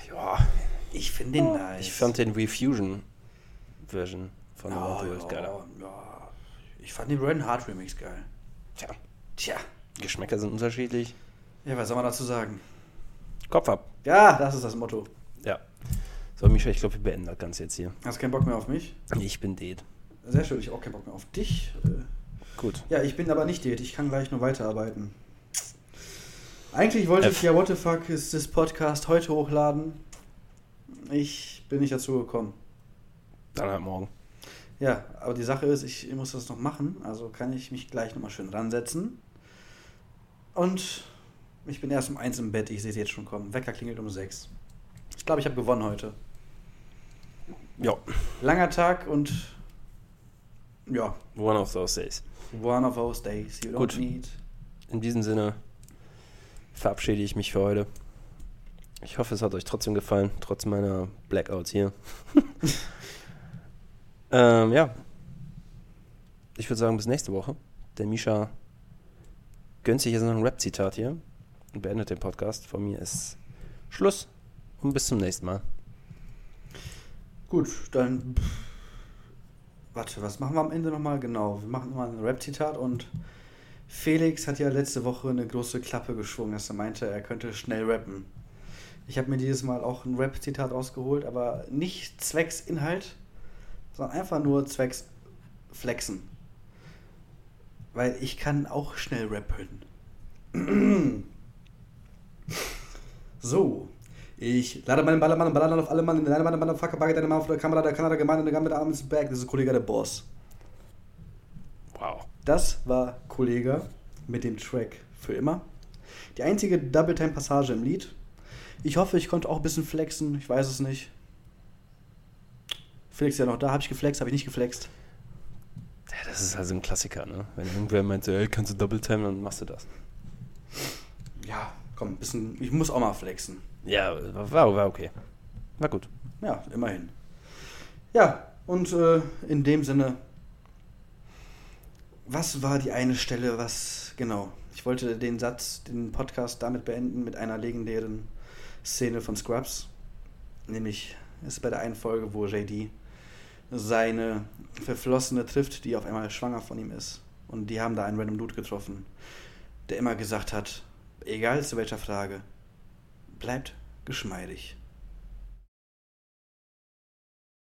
Ja, Ich finde den nice. ich fand den Refusion-Version von Around oh, the World ja, geiler. Ja. Ich fand den Brandon Hart Remix geil. Tja, Tja. Geschmäcker sind unterschiedlich. Ja, was soll man dazu sagen? Kopf ab. Ja, das ist das Motto. Ja. So, Micha, ich glaube, wir beenden das Ganze jetzt hier. Hast keinen Bock mehr auf mich? Ich bin dead. Sehr schön, ich hab auch keinen Bock mehr auf dich. Äh, Gut. Ja, ich bin aber nicht Date, ich kann gleich nur weiterarbeiten. Eigentlich wollte F. ich ja What the fuck ist das Podcast heute hochladen. Ich bin nicht dazu gekommen. Dann halt morgen. Ja, aber die Sache ist, ich muss das noch machen, also kann ich mich gleich nochmal schön ransetzen. Und ich bin erst um eins im Bett, ich sehe es jetzt schon kommen. Wecker klingelt um sechs. glaube, ich habe gewonnen heute. Ja, Langer Tag und ja, one of those days. one of those days you don't Gut. need. In diesem Sinne verabschiede ich mich für heute. Ich hoffe, es hat euch trotzdem gefallen, trotz meiner Blackouts hier. ähm, ja. Ich würde sagen, bis nächste Woche. Der Misha gönnt sich jetzt noch ein Rap-Zitat hier und beendet den Podcast. Von mir ist Schluss und bis zum nächsten Mal. Gut, dann. Warte, was machen wir am Ende nochmal? Genau, wir machen nochmal ein Rap-Zitat und Felix hat ja letzte Woche eine große Klappe geschwungen, dass er meinte, er könnte schnell rappen. Ich habe mir dieses Mal auch ein Rap-Zitat ausgeholt, aber nicht zwecks Inhalt, sondern einfach nur zwecks Flexen. Weil ich kann auch schnell rappen. so. Ich lade meinen Ballermann und Ballermann auf alle Mann in deine Mann, Mann, Fucker, Bagger, deine Mann auf der Kamera, der Kanada, Gemeinde, der Gamma, der Arm ist back. Das ist Kollege der Boss. Wow. Das war Kollege mit dem Track für immer. Die einzige Double-Time-Passage im Lied. Ich hoffe, ich konnte auch ein bisschen flexen. Ich weiß es nicht. Felix ist ja noch da. Habe ich geflext? Habe ich nicht geflext? Ja, das ist also ein Klassiker, ne? Wenn irgendwer meinte, ey, kannst du Double Time, dann machst du das. Ja, komm, ein bisschen. Ich muss auch mal flexen. Ja, war, war okay. War gut. Ja, immerhin. Ja, und äh, in dem Sinne, was war die eine Stelle, was, genau, ich wollte den Satz, den Podcast damit beenden mit einer legendären Szene von Scrubs. Nämlich ist bei der einen Folge, wo JD seine Verflossene trifft, die auf einmal schwanger von ihm ist. Und die haben da einen random Dude getroffen, der immer gesagt hat, egal zu welcher Frage, bleibt geschmeidig.